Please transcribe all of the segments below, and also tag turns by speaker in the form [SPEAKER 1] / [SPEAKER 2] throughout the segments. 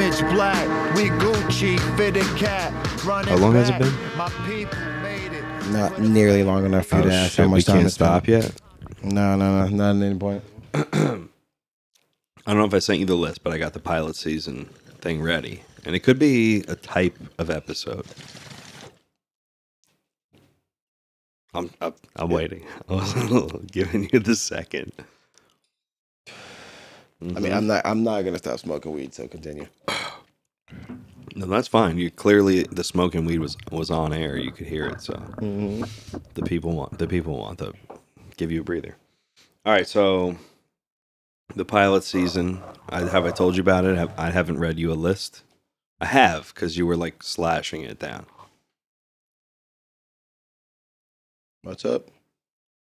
[SPEAKER 1] is black. We Gucci fitted cat. Running
[SPEAKER 2] How long has it
[SPEAKER 1] back.
[SPEAKER 2] been?
[SPEAKER 1] My people made it.
[SPEAKER 3] Not nearly long enough for you
[SPEAKER 4] Oh,
[SPEAKER 3] to ask how
[SPEAKER 2] Oh, we
[SPEAKER 3] much time
[SPEAKER 2] can't
[SPEAKER 3] it's been.
[SPEAKER 2] stop yet.
[SPEAKER 3] No, no, no, not at any point.
[SPEAKER 4] I don't know if I sent you the list, but I got the pilot season thing ready. And it could be a type of episode. I'm, I'm, I'm waiting. I was giving you the second.
[SPEAKER 3] I
[SPEAKER 4] Mm-hmm.
[SPEAKER 3] mean, I'm not. I'm not gonna stop smoking weed. So continue.
[SPEAKER 4] No, that's fine. You clearly the smoking weed was was on air. You could hear it. So the people want the people want to give you a breather. All right, so the pilot season. I, have I told you about it? Have, I haven't read you a list. I have because you were like slashing it down.
[SPEAKER 3] What's up?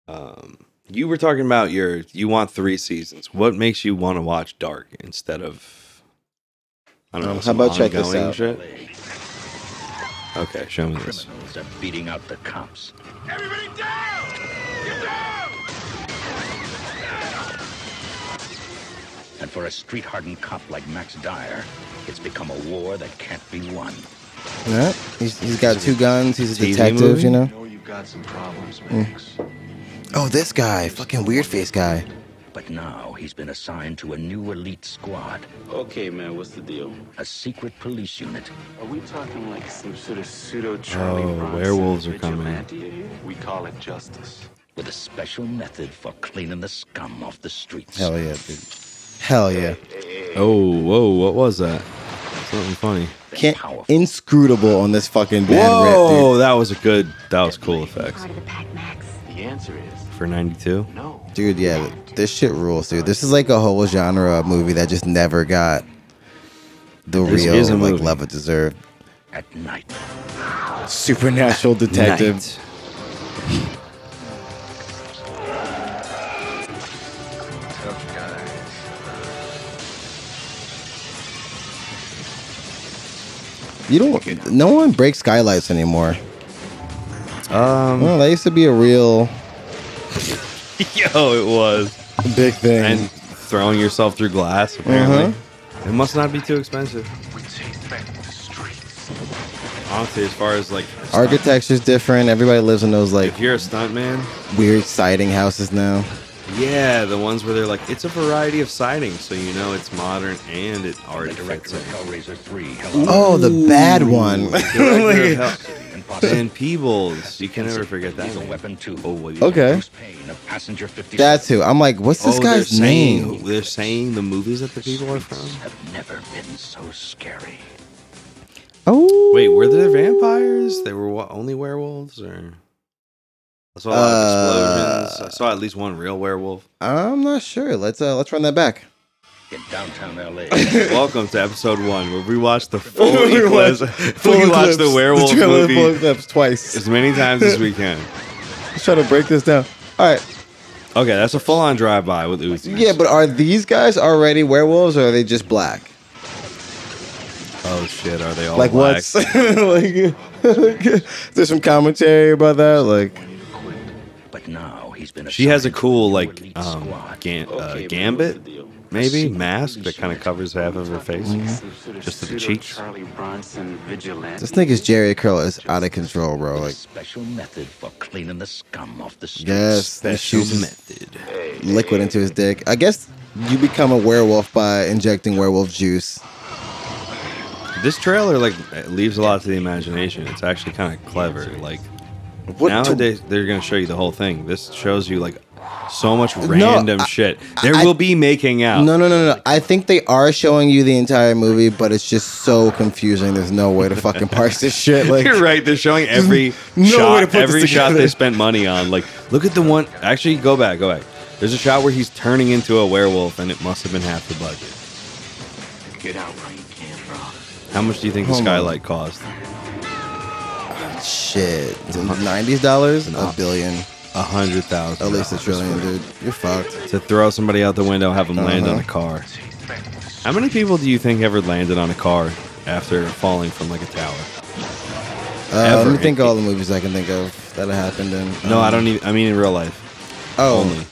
[SPEAKER 4] Um, you were talking about your you want three seasons. What makes you want to watch Dark instead of I don't know.
[SPEAKER 3] Um, how
[SPEAKER 4] some
[SPEAKER 3] about check this
[SPEAKER 4] ongoing
[SPEAKER 3] out?
[SPEAKER 4] Shit? Okay, show me this.
[SPEAKER 5] Criminals are beating out the cops. Everybody down! Get down! And for a street hardened cop like Max Dyer, it's become a war that can't be won.
[SPEAKER 3] Yeah, he's, he's got two guns. He's a
[SPEAKER 4] TV
[SPEAKER 3] detective,
[SPEAKER 4] movie?
[SPEAKER 3] you know. Mm.
[SPEAKER 1] You've got some problems, Max.
[SPEAKER 3] Oh, this guy, fucking weird face guy.
[SPEAKER 5] But now he's been assigned to a new elite squad,
[SPEAKER 6] Okay, man, what's the deal?
[SPEAKER 5] a secret police unit.
[SPEAKER 6] Are we talking like some sort of pseudo Charlie
[SPEAKER 4] Oh,
[SPEAKER 6] Bronson
[SPEAKER 4] werewolves are coming.
[SPEAKER 6] vigilante? We call it justice.
[SPEAKER 5] With a special method for cleaning the scum off the streets.
[SPEAKER 3] Hell yeah, dude. Hell yeah.
[SPEAKER 4] Oh, whoa, what was that? Something funny.
[SPEAKER 5] They're
[SPEAKER 3] Can't
[SPEAKER 5] powerful.
[SPEAKER 3] inscrutable on this fucking bad
[SPEAKER 4] Whoa,
[SPEAKER 3] rip,
[SPEAKER 4] that was a good, that was cool effects
[SPEAKER 7] Part of the pack, Max.
[SPEAKER 6] The answer is
[SPEAKER 4] for 92.
[SPEAKER 6] no.
[SPEAKER 3] dude. Dude, yeah, this shit rules, dude. This is like a whole genre of movie that just never got the
[SPEAKER 4] This
[SPEAKER 3] real
[SPEAKER 4] is a
[SPEAKER 3] like
[SPEAKER 4] movie.
[SPEAKER 3] love it deserved.
[SPEAKER 5] At night,
[SPEAKER 3] Supernatural detective.
[SPEAKER 4] Night.
[SPEAKER 3] You don't. No one breaks skylights anymore.
[SPEAKER 4] Um,
[SPEAKER 3] Well, that used to be a real
[SPEAKER 4] yo, it was.
[SPEAKER 3] big thing.
[SPEAKER 4] And throwing yourself through glass, apparently.
[SPEAKER 3] Uh-huh.
[SPEAKER 4] It must not be too expensive.
[SPEAKER 6] We take back the streets.
[SPEAKER 4] Honestly, as far as like, stunt-
[SPEAKER 3] Architecture's different. Everybody lives in those like
[SPEAKER 4] if you're a stuntman,
[SPEAKER 3] weird siding houses now.
[SPEAKER 4] yeah, the ones where they're like, it's a variety of sidings, so you know it's modern and it
[SPEAKER 5] the
[SPEAKER 4] already fits
[SPEAKER 5] director
[SPEAKER 4] in.
[SPEAKER 5] of Hellraiser 3, Hello,
[SPEAKER 3] Oh, the Oh, bad one.
[SPEAKER 4] Director of Hell-
[SPEAKER 5] Impossible.
[SPEAKER 4] Ben Peebles. You can never forget that.
[SPEAKER 5] Lethal
[SPEAKER 4] name.
[SPEAKER 5] Weapon 2.
[SPEAKER 4] Oh, what do you-
[SPEAKER 3] okay,
[SPEAKER 5] Bruce Payne of Passenger 50
[SPEAKER 3] that's who. I'm like, what's this
[SPEAKER 4] Oh, they're
[SPEAKER 3] guy's
[SPEAKER 4] saying-
[SPEAKER 3] name?
[SPEAKER 4] They're saying the movies that the people are from.
[SPEAKER 5] have never been so scary.
[SPEAKER 3] Oh,
[SPEAKER 4] Wait, were there vampires? They were wa- only werewolves, or I saw a lot of explosions. I saw at least one real werewolf.
[SPEAKER 3] I'm not sure. Let's uh, let's run that back.
[SPEAKER 5] In downtown LA,
[SPEAKER 4] Welcome to episode one, where we watch the full eclipse. We watch the werewolf movie
[SPEAKER 3] clips twice.
[SPEAKER 4] as many times as we can.
[SPEAKER 3] Let's try to break this down. All right.
[SPEAKER 4] Okay, that's a full-on drive-by with Uzis.
[SPEAKER 3] Yeah, but are these guys already werewolves or are they just black?
[SPEAKER 4] oh shit, are they all
[SPEAKER 3] like
[SPEAKER 4] black?
[SPEAKER 3] what's like? there's some commentary about that. Like,
[SPEAKER 5] but now he's been.
[SPEAKER 4] She has a
[SPEAKER 5] assigned
[SPEAKER 4] cool
[SPEAKER 5] to a new
[SPEAKER 4] like
[SPEAKER 5] elite
[SPEAKER 4] um,
[SPEAKER 5] squad.
[SPEAKER 4] gan- uh,
[SPEAKER 6] Okay, man, what's the
[SPEAKER 4] gambit,
[SPEAKER 6] deal?
[SPEAKER 4] maybe mask that kind of covers half of her face.
[SPEAKER 6] Some sort of
[SPEAKER 4] Hmm? Just to the
[SPEAKER 6] pseudo
[SPEAKER 4] cheeks.
[SPEAKER 6] Charlie Bronson vigilante.
[SPEAKER 3] this nigga's Jerry Curl is out of control, bro.
[SPEAKER 5] A
[SPEAKER 3] Like,
[SPEAKER 5] special method for cleaning the scum off the streets.
[SPEAKER 3] yes, that
[SPEAKER 4] Special
[SPEAKER 3] shoots his
[SPEAKER 4] method.
[SPEAKER 3] liquid into his dick. I guess you become a werewolf by injecting werewolf juice.
[SPEAKER 4] This trailer like leaves a lot to the imagination. It's actually kind of clever. Like
[SPEAKER 3] What
[SPEAKER 4] nowadays, they're gonna show you the whole thing. This shows you like so much random
[SPEAKER 3] I-
[SPEAKER 4] shit. There
[SPEAKER 3] I-
[SPEAKER 4] will be making
[SPEAKER 3] To-
[SPEAKER 4] out.
[SPEAKER 3] no, no, no, no. I think they are showing you the entire movie, but it's just so confusing. There's no way to fucking parse this shit. Like,
[SPEAKER 4] You're right. They're showing every
[SPEAKER 3] No way to put
[SPEAKER 4] shot,
[SPEAKER 3] this
[SPEAKER 4] every shot they
[SPEAKER 3] together.
[SPEAKER 4] spent money on. Like, look at the one. Actually, go back, go back. There's a shot where he's turning into a werewolf, and it must have been half the budget.
[SPEAKER 6] Get out where you can, bro.
[SPEAKER 4] How much do you think the
[SPEAKER 3] Hold on.
[SPEAKER 4] skylight cost?
[SPEAKER 3] shit, nineties dollars, a billion,
[SPEAKER 4] A hundred thousand.
[SPEAKER 3] at least a trillion, dude. You're fucked.
[SPEAKER 4] To throw somebody out the window, have them land
[SPEAKER 3] Uh-huh.
[SPEAKER 4] on a car. How many people do you think ever landed on a car after falling from like a tower?
[SPEAKER 3] Uh, let
[SPEAKER 4] Ever.
[SPEAKER 3] me think of all the movies I can think of that happened in.
[SPEAKER 4] No, I
[SPEAKER 3] um,
[SPEAKER 4] don't even. I mean, in real life
[SPEAKER 3] Oh,
[SPEAKER 4] only.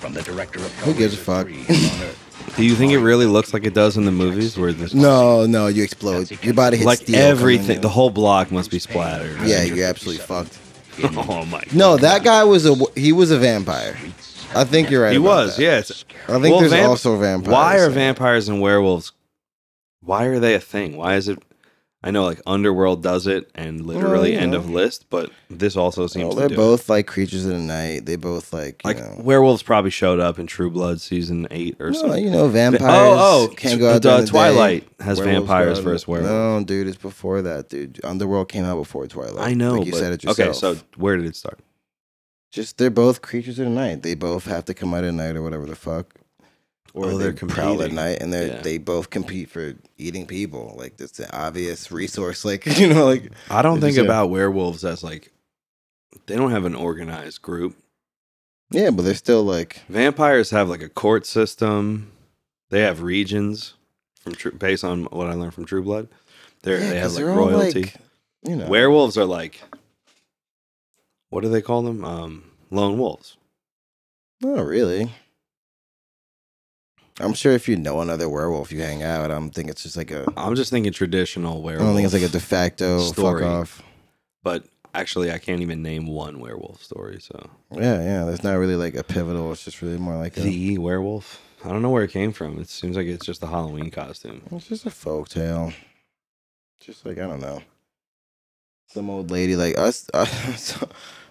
[SPEAKER 5] From the director of
[SPEAKER 3] Who gives a fuck?
[SPEAKER 5] Hellraiser 3, Hell on Earth.
[SPEAKER 4] Do you think it really looks like it does in the movies where this
[SPEAKER 3] No, no, you explode. Your body hits
[SPEAKER 4] like
[SPEAKER 3] steel coming
[SPEAKER 4] everything
[SPEAKER 3] in.
[SPEAKER 4] the whole block must be splattered.
[SPEAKER 3] yeah, you're absolutely fucked.
[SPEAKER 4] oh my.
[SPEAKER 3] No, that guy was a he was a vampire. I think you're right.
[SPEAKER 4] He
[SPEAKER 3] about
[SPEAKER 4] was,
[SPEAKER 3] that.
[SPEAKER 4] yes.
[SPEAKER 3] I think there's also vampires.
[SPEAKER 4] Why are vampires and werewolves? Why are they a thing? Why is it? I know, like Underworld does it, and literally
[SPEAKER 3] you
[SPEAKER 4] end
[SPEAKER 3] know.
[SPEAKER 4] of list. But this also
[SPEAKER 3] Well,
[SPEAKER 4] seems to
[SPEAKER 3] they're
[SPEAKER 4] do it.
[SPEAKER 3] both like creatures of the night. They both like you
[SPEAKER 4] like
[SPEAKER 3] know.
[SPEAKER 4] werewolves probably showed up in True Blood season eight or
[SPEAKER 3] No,
[SPEAKER 4] something.
[SPEAKER 3] you know, vampires.
[SPEAKER 4] Oh, oh,
[SPEAKER 3] can't go out during
[SPEAKER 4] uh,
[SPEAKER 3] the day.
[SPEAKER 4] Twilight has vampires
[SPEAKER 3] go out-
[SPEAKER 4] versus werewolves.
[SPEAKER 3] No, dude, it's before that, dude. Underworld came out before Twilight.
[SPEAKER 4] I know.
[SPEAKER 3] like you
[SPEAKER 4] but-
[SPEAKER 3] said it yourself.
[SPEAKER 4] Okay, so where did it start?
[SPEAKER 3] just they're both creatures of the night. They both have to come out at night or whatever the fuck. Or
[SPEAKER 4] Oh,
[SPEAKER 3] they
[SPEAKER 4] they're
[SPEAKER 3] prowl at
[SPEAKER 4] competing.
[SPEAKER 3] night, and they
[SPEAKER 4] Yeah.
[SPEAKER 3] are they both compete for eating people. Like that's an obvious resource. Like you know, like
[SPEAKER 4] I don't
[SPEAKER 3] It
[SPEAKER 4] think
[SPEAKER 3] just-
[SPEAKER 4] about werewolves as like they don't have an organized group.
[SPEAKER 3] yeah, but they're still like
[SPEAKER 4] Vampires have like a court system. They have regions from True, based on what I learned from True Blood. They're,
[SPEAKER 3] yeah,
[SPEAKER 4] they
[SPEAKER 3] 'cause
[SPEAKER 4] have
[SPEAKER 3] they're
[SPEAKER 4] like
[SPEAKER 3] all,
[SPEAKER 4] royalty.
[SPEAKER 3] like, you know,
[SPEAKER 4] Werewolves are like what do they call them? Um, lone wolves.
[SPEAKER 3] Not really. I'm sure if you know another werewolf, you hang out. I don't think it's just like a.
[SPEAKER 4] I'm just thinking traditional
[SPEAKER 3] I
[SPEAKER 4] werewolf.
[SPEAKER 3] don't think it's like a de facto
[SPEAKER 4] Story.
[SPEAKER 3] fuck off.
[SPEAKER 4] but actually, I can't even name one werewolf story. So
[SPEAKER 3] Yeah, yeah. There's not really like a pivotal. It's just really more like a.
[SPEAKER 4] the werewolf. I don't know where it came from. It seems like it's just a Halloween costume.
[SPEAKER 3] It's just a folk tale. Just like I don't know. Some old lady like us. I saw,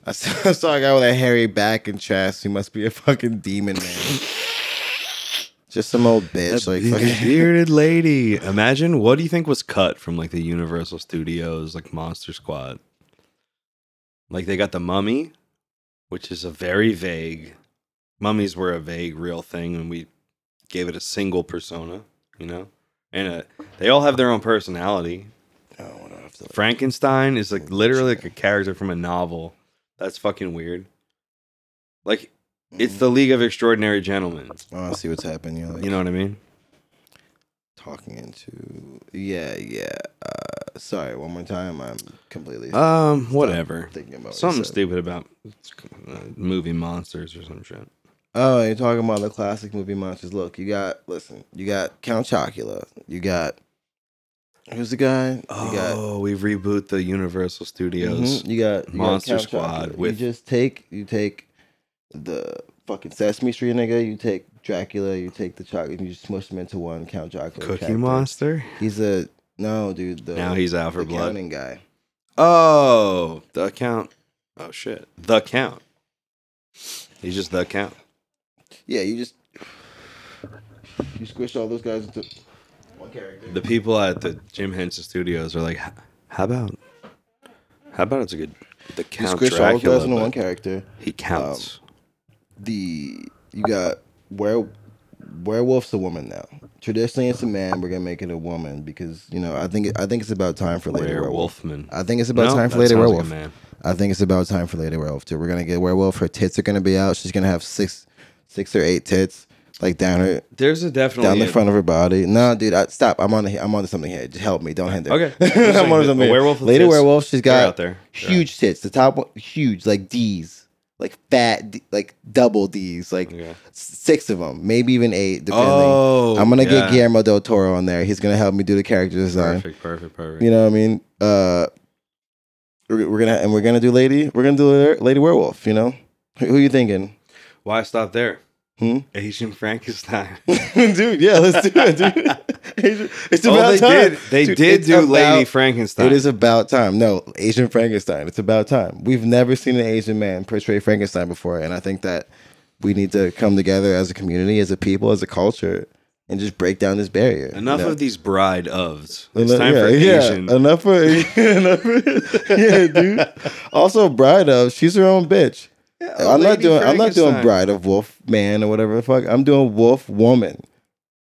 [SPEAKER 3] I saw I saw a guy with a hairy back and chest. He must be a fucking demon man. just some old bitch. Like fucking,
[SPEAKER 4] bearded lady. Imagine what do you think was cut from like the Universal Studios like Monster Squad? Like they got the Mummy, which is a very vague. Mummies were a vague real thing, and we gave it a single persona, you know. And a, they all have their own personality.
[SPEAKER 3] Oh, what do I have to-
[SPEAKER 4] Frankenstein is like literally like a character from a novel. That's fucking weird. Like it's the League of Extraordinary Gentlemen.
[SPEAKER 3] I want to see what's happening. You're like,
[SPEAKER 4] You know what I mean?
[SPEAKER 3] talking into yeah yeah uh sorry one more time i'm completely
[SPEAKER 4] Um, whatever.
[SPEAKER 3] thinking about what you
[SPEAKER 4] Something
[SPEAKER 3] said.
[SPEAKER 4] stupid about uh, movie monsters or some shit.
[SPEAKER 3] oh you're talking about the classic movie monsters look you got listen you got count chocula you got who's the guy you got
[SPEAKER 4] Oh, we reboot the Universal Studios.
[SPEAKER 3] mhm, you got you got
[SPEAKER 4] Monster
[SPEAKER 3] Count
[SPEAKER 4] Squad
[SPEAKER 3] Chocula.
[SPEAKER 4] with-
[SPEAKER 3] you just take you take the fucking sesame street nigga you take dracula you take the chocolate and you just smush them into one count chocula
[SPEAKER 4] Cookie
[SPEAKER 3] character.
[SPEAKER 4] Monster.
[SPEAKER 3] he's a no dude the
[SPEAKER 4] Now he's out for
[SPEAKER 3] the
[SPEAKER 4] blood.
[SPEAKER 3] counting guy
[SPEAKER 4] Oh, the count. Oh shit, the count. He's just the count.
[SPEAKER 3] Yeah, you just you squish all those guys into one character.
[SPEAKER 4] The people at the Jim Henson Studios are like, "H- how about, how about it's a good the
[SPEAKER 3] You
[SPEAKER 4] count
[SPEAKER 3] squish all those
[SPEAKER 4] Dracula.
[SPEAKER 3] guys into
[SPEAKER 4] but
[SPEAKER 3] one character.
[SPEAKER 4] He counts.
[SPEAKER 3] Um, The you got where werewolf's a woman now. Traditionally, it's a man. We're gonna make it a woman because you know I think I think it's about time for later werewolf.
[SPEAKER 4] Werewolfman.
[SPEAKER 3] I think it's about
[SPEAKER 4] No,
[SPEAKER 3] time for
[SPEAKER 4] that
[SPEAKER 3] later
[SPEAKER 4] sounds like a
[SPEAKER 3] werewolf.
[SPEAKER 4] man.
[SPEAKER 3] I think it's about time for later werewolf too. We're gonna get werewolf. Her tits are gonna be out. She's gonna have six, six or eight tits like down her
[SPEAKER 4] There's a definitely
[SPEAKER 3] down the
[SPEAKER 4] a-
[SPEAKER 3] front of her body. No, dude, I, stop. I'm on. The, I'm on to something here. Just help me. Don't hinder.
[SPEAKER 4] Okay. Just like
[SPEAKER 3] I'm on
[SPEAKER 4] the-
[SPEAKER 3] to something.
[SPEAKER 4] a
[SPEAKER 3] here.
[SPEAKER 4] werewolf with
[SPEAKER 3] Lady
[SPEAKER 4] tits,
[SPEAKER 3] werewolf. She's
[SPEAKER 4] they're
[SPEAKER 3] got
[SPEAKER 4] out there. They're
[SPEAKER 3] huge tits. The top one, huge, like D's, like fat, D- like double D's, like
[SPEAKER 4] Okay.
[SPEAKER 3] s- six of them, maybe even eight, depending.
[SPEAKER 4] Oh,
[SPEAKER 3] I'm gonna
[SPEAKER 4] yeah.
[SPEAKER 3] get Guillermo del Toro on there. He's gonna help me do the character design.
[SPEAKER 4] Perfect, perfect, perfect.
[SPEAKER 3] You know what I mean? Uh, we're, we're gonna and we're gonna do lady. We're gonna do la- lady werewolf. You know, who, who you thinking?
[SPEAKER 4] Why stop there?
[SPEAKER 3] Hmm?
[SPEAKER 4] Asian Frankenstein.
[SPEAKER 3] dude, yeah, let's do it, dude. It's
[SPEAKER 4] oh,
[SPEAKER 3] about
[SPEAKER 4] they
[SPEAKER 3] time.
[SPEAKER 4] did. They
[SPEAKER 3] Dude,
[SPEAKER 4] did
[SPEAKER 3] it's
[SPEAKER 4] do Lady
[SPEAKER 3] about-
[SPEAKER 4] Frankenstein.
[SPEAKER 3] It is about time. No, Asian Frankenstein. It's about time. We've never seen an Asian man portray Frankenstein before, and I think that we need to come together as a community, as a people, as a culture, and just break down this barrier. you
[SPEAKER 4] enough
[SPEAKER 3] know?
[SPEAKER 4] of these bride ofs.
[SPEAKER 3] Eno-
[SPEAKER 4] It's time for
[SPEAKER 3] yeah,
[SPEAKER 4] Asian.
[SPEAKER 3] Yeah, enough for enough for- yeah, dude. Also, bride of she's her own bitch. I'm not
[SPEAKER 4] Lady
[SPEAKER 3] doing. I'm not doing
[SPEAKER 4] Frankenstein.
[SPEAKER 3] bride of wolf man or whatever the fuck. I'm doing wolf woman,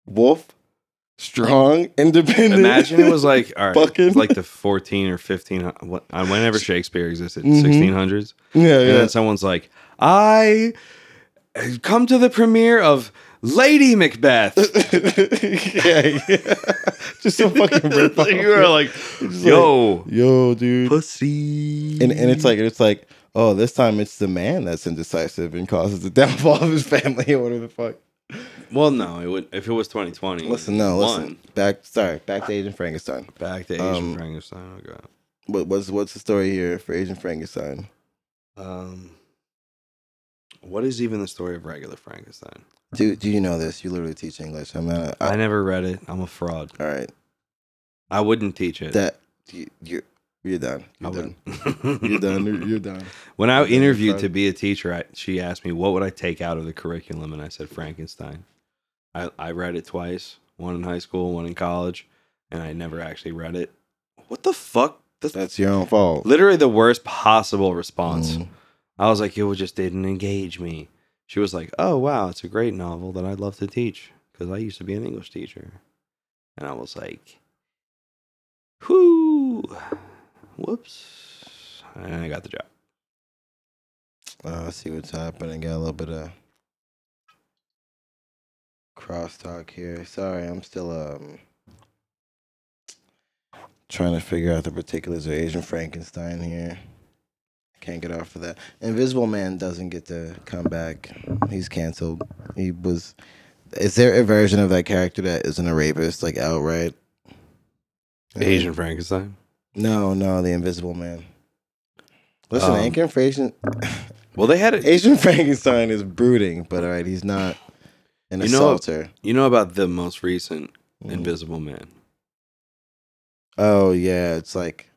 [SPEAKER 3] wolf, strong, independent.
[SPEAKER 4] Imagine it was like all right,
[SPEAKER 3] Fucking-
[SPEAKER 4] it's like the 14 or 15, what- uh, whenever Shakespeare existed,
[SPEAKER 3] Mhm.
[SPEAKER 4] 1600s,
[SPEAKER 3] yeah,
[SPEAKER 4] and
[SPEAKER 3] yeah.
[SPEAKER 4] then someone's like, I uh, come to the premiere of Lady Macbeth.
[SPEAKER 3] yeah, yeah. Just some fucking rip
[SPEAKER 4] you are like, yo,
[SPEAKER 3] Yo, dude.
[SPEAKER 4] pussy.
[SPEAKER 3] And and it's like it's like, oh, this time it's the man that's indecisive and causes the downfall of his family or whatever the fuck.
[SPEAKER 4] Well, no, it would if it was 2020.
[SPEAKER 3] Listen, no,
[SPEAKER 4] one.
[SPEAKER 3] listen. Back, sorry, back to Agent Frankenstein.
[SPEAKER 4] Back to Asian
[SPEAKER 3] Um,
[SPEAKER 4] Frankenstein. Oh god.
[SPEAKER 3] What, what's what's the story here for Agent Frankenstein?
[SPEAKER 4] Um, what is even the story of regular Frankenstein?
[SPEAKER 3] Do Do you know this? You literally teach English. I'm not.
[SPEAKER 4] I
[SPEAKER 3] I,
[SPEAKER 4] never read it. I'm a fraud.
[SPEAKER 3] all right,
[SPEAKER 4] I wouldn't teach it.
[SPEAKER 3] that you you you're done.
[SPEAKER 4] I
[SPEAKER 3] You're done.
[SPEAKER 4] wouldn't.
[SPEAKER 3] You're done. You're, you're done.
[SPEAKER 4] When I
[SPEAKER 3] You're done,
[SPEAKER 4] interviewed
[SPEAKER 3] fraud.
[SPEAKER 4] to be a teacher, I, she asked me what would I take out of the curriculum, and I said Frankenstein. I, I read it twice, one in high school, one in college, and I never actually read it. What the fuck? That's,
[SPEAKER 3] That's your own fault.
[SPEAKER 4] literally the worst possible response.
[SPEAKER 3] Mm.
[SPEAKER 4] I was like, it was- just didn't engage me. She was like, oh, wow, it's a great novel that I'd love to teach because I used to be an English teacher. And I was like, whoo, whoops. And I got the job.
[SPEAKER 3] Uh, I see what's happening. Got a little bit of crosstalk here. Sorry, I'm still um trying to figure out the particulars of Asian Frankenstein here. Can't get off of that. Invisible Man doesn't get to come back. He's canceled. He was. Is there a version of that character that isn't a rapist, like outright?
[SPEAKER 4] Asian Frankenstein.
[SPEAKER 3] No, no, the Invisible Man. Listen,
[SPEAKER 4] Um,
[SPEAKER 3] Anchor Asian
[SPEAKER 4] Well, they had it.
[SPEAKER 3] Asian Frankenstein is brooding, but all right, he's not an
[SPEAKER 4] You know-
[SPEAKER 3] assaulter.
[SPEAKER 4] You know about the most recent
[SPEAKER 3] Mm.
[SPEAKER 4] Invisible Man.
[SPEAKER 3] oh yeah, it's like